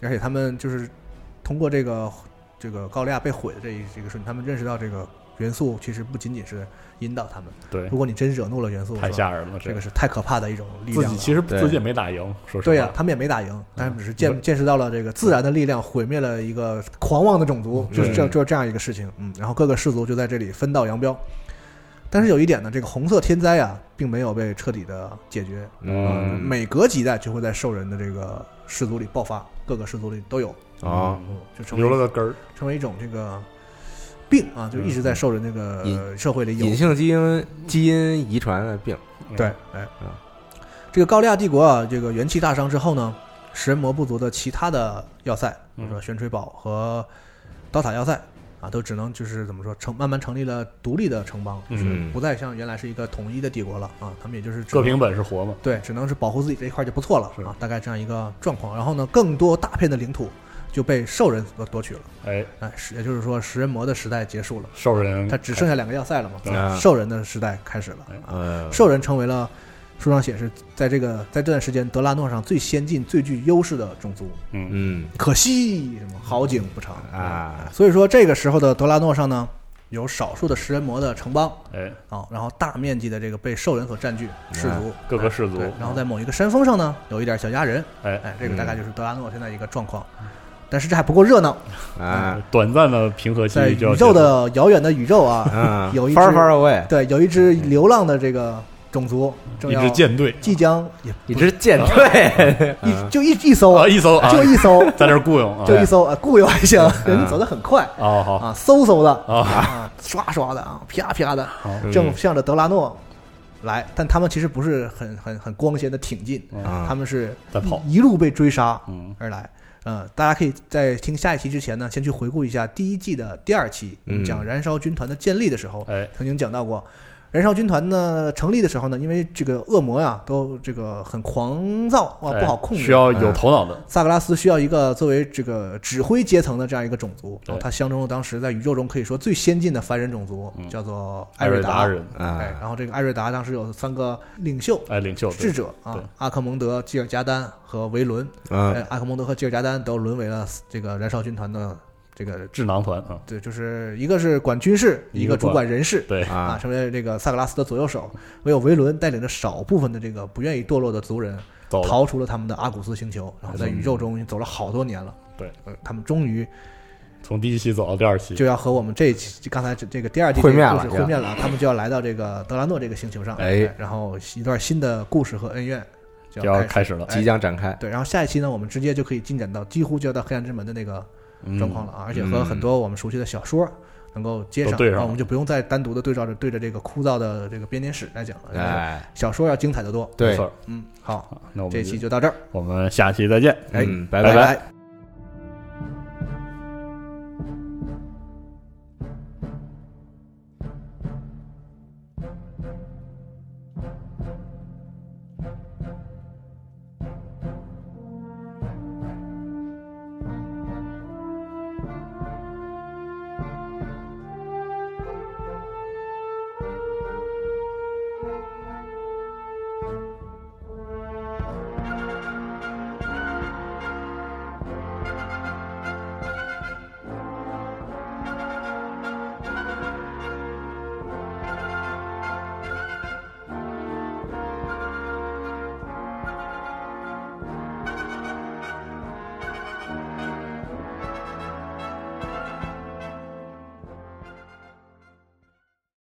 Speaker 4: 而且他们就是通过这个这个高利亚被毁的这一这个瞬间，他们认识到这个元素其实不仅仅是引导他们，
Speaker 2: 对
Speaker 4: 如，果你真惹怒了元素，
Speaker 2: 太
Speaker 4: 是吧
Speaker 2: 吓人了，
Speaker 4: 这个
Speaker 2: 是
Speaker 4: 是太可怕的一种力
Speaker 2: 自
Speaker 4: 量
Speaker 2: 己
Speaker 4: 了。
Speaker 2: 其实
Speaker 3: 对
Speaker 2: 自己也没打赢，说实话。
Speaker 4: 对呀、他们也没打
Speaker 2: 嗯
Speaker 4: 赢，但是只是见见识到了这个自然的力量毁灭了一个狂妄的种族，就是这
Speaker 2: 嗯对
Speaker 4: 就是这样一个事情。嗯，然后各个氏族就在这里分道扬镳。但是有一点呢，这个红色天灾啊，并没有被彻底的解决，呃
Speaker 3: 嗯
Speaker 4: 每隔几代就会在兽人的这个氏族里爆发，各个氏族里都有，
Speaker 3: 啊，
Speaker 4: 嗯就成为
Speaker 2: 留了个根儿，
Speaker 4: 成为一种这个病啊，就一直
Speaker 2: 嗯
Speaker 4: 在兽人这个
Speaker 3: 隐
Speaker 4: 呃社会里有
Speaker 3: 隐性基因基因遗传的病，
Speaker 4: 对，哎，这个高利亚帝国啊，这个元气大伤之后呢，食人魔部族的其他的要塞，比如
Speaker 3: 嗯
Speaker 4: 说玄锤堡和刀塔要塞啊，都只能就是怎么说成慢慢成立了独立的城邦，就是
Speaker 3: 嗯
Speaker 4: 不再像原来是一个统一的帝国了啊，他们也就是只
Speaker 2: 各
Speaker 4: 能
Speaker 2: 凭本事活嘛。
Speaker 4: 对，只能是保护自己这一块就不错了
Speaker 2: 是
Speaker 4: 啊，大概这样一个状况。然后呢，更多大片的领土就被兽人所夺取了，
Speaker 2: 哎，
Speaker 4: 哎，是也就是说食人魔的时代结束了，
Speaker 2: 兽
Speaker 3: 嗯
Speaker 2: 人
Speaker 4: 它只剩下两个要塞了嘛，
Speaker 2: 对
Speaker 3: 啊
Speaker 4: 兽人的时代开始了
Speaker 2: 哎
Speaker 4: 啊。
Speaker 3: 呃，
Speaker 4: 兽人成为了书上显示，在这个在这段时间德拉诺上最先进、最具优势的种族。
Speaker 2: 嗯
Speaker 3: 嗯
Speaker 4: 可惜，什么好景不长！
Speaker 3: 啊，
Speaker 4: 所以说，这个时候的德拉诺上呢，有少数的食人魔的城邦
Speaker 2: 哎，
Speaker 4: 啊，然后大面积的这个被兽人所占据氏族，
Speaker 2: 各个氏族
Speaker 4: 对，，然后在某一个山峰上呢，有一点小压人，
Speaker 2: 哎
Speaker 4: 哎，这个大概就是德拉诺现在一个状况。但是这还不够热闹，
Speaker 3: 啊
Speaker 2: 哎短暂的平和期
Speaker 4: 在
Speaker 2: 就要嗯
Speaker 4: 宇
Speaker 2: 结束
Speaker 4: 宙的遥远的宇宙 啊，
Speaker 3: 啊，
Speaker 4: 有一只
Speaker 3: far far away，
Speaker 4: 对，有一只流浪的这个种族正
Speaker 2: 一
Speaker 4: 要
Speaker 2: 支舰 队
Speaker 4: 即将也
Speaker 3: 一支舰队，
Speaker 4: 一就一一艘
Speaker 2: 啊，一艘啊，
Speaker 4: 就一 艘，
Speaker 2: 在这儿雇佣啊，
Speaker 4: 就一艘啊，雇佣还行，人走得很快
Speaker 2: 哦好
Speaker 4: 啊，嗖嗖的
Speaker 2: 啊，
Speaker 4: 啊，刷刷的啊，啪啪的，
Speaker 3: 嗯
Speaker 4: 正向着德拉诺来，但他们其实不是很很很光鲜的挺进，
Speaker 3: 啊
Speaker 4: 他们是
Speaker 2: 嗯在跑
Speaker 4: 一路被追杀
Speaker 2: 嗯
Speaker 4: 而来。呃，大家可以在听下一期之前呢，先去回顾一下第一季的第二期，
Speaker 3: 嗯
Speaker 4: 讲燃烧军团的建立的时候，
Speaker 2: 哎
Speaker 4: 曾经讲到过，燃烧军团呢成立的时候呢，因为这个恶魔呀都这个很狂躁啊，
Speaker 2: 哎
Speaker 4: 不好控制，
Speaker 2: 需要有头脑的，
Speaker 4: 萨格拉斯需要一个作为这个指挥阶层的这样一个种族，
Speaker 2: 对
Speaker 4: 然后他相中了当时在宇宙中可以说最先进的凡人种族，
Speaker 2: 嗯
Speaker 4: 叫做
Speaker 2: 艾
Speaker 4: 瑞
Speaker 2: 瑞达人
Speaker 4: 哎，
Speaker 3: 啊，
Speaker 4: 然后这个艾瑞达当时有三个领袖、
Speaker 2: 哎，领袖
Speaker 4: 智者啊
Speaker 2: 对，啊
Speaker 4: 阿克蒙德、基尔加丹和维伦。哎
Speaker 3: 嗯，
Speaker 4: 阿克蒙德和基尔加丹都沦为了这个燃烧军团的这个，
Speaker 2: 智囊团啊，
Speaker 4: 对，就是一个是管军事，
Speaker 2: 一个
Speaker 4: 一个主
Speaker 2: 管
Speaker 4: 管人事。
Speaker 2: 对，
Speaker 4: 啊，
Speaker 3: 啊，
Speaker 4: 成为这个萨格拉斯的左右手，唯有维伦带领着少部分的这个不愿意堕落的族人，
Speaker 2: 走了嗯
Speaker 4: 逃出了他们的阿古斯星球，然后在宇宙中已经走了好多年了。
Speaker 2: 对
Speaker 4: 呃，他们终于
Speaker 2: 从第一期走到第二期，
Speaker 4: 就要和我们这一期刚才这这个第二季
Speaker 3: 会面了
Speaker 4: 这个故事会面了，他们就要来到这个德拉诺这个星球上，
Speaker 3: 哎
Speaker 4: 然后一段新的故事和恩怨就
Speaker 2: 就要
Speaker 4: 要开始。哎
Speaker 2: 开始了，
Speaker 3: 即将展开，
Speaker 4: 对，然后下一期呢，我们直接就可以进展到几乎就要到黑暗之门的那个
Speaker 2: 嗯
Speaker 4: 状况了啊，而且和很多我们熟悉的小说。能够接上，
Speaker 2: 都对上
Speaker 4: 然
Speaker 2: 了
Speaker 4: 后我们就不用再单独的对照着对着这个枯燥的这个编年史来讲了。，
Speaker 3: 哎，
Speaker 4: 小说要精彩的多。
Speaker 2: 没
Speaker 3: 对
Speaker 2: 错，
Speaker 4: 嗯，好，
Speaker 2: 啊那我们
Speaker 4: 这期就到这儿，
Speaker 2: 我们下期再见。
Speaker 4: 哎，
Speaker 3: 嗯拜
Speaker 2: 拜
Speaker 4: 拜。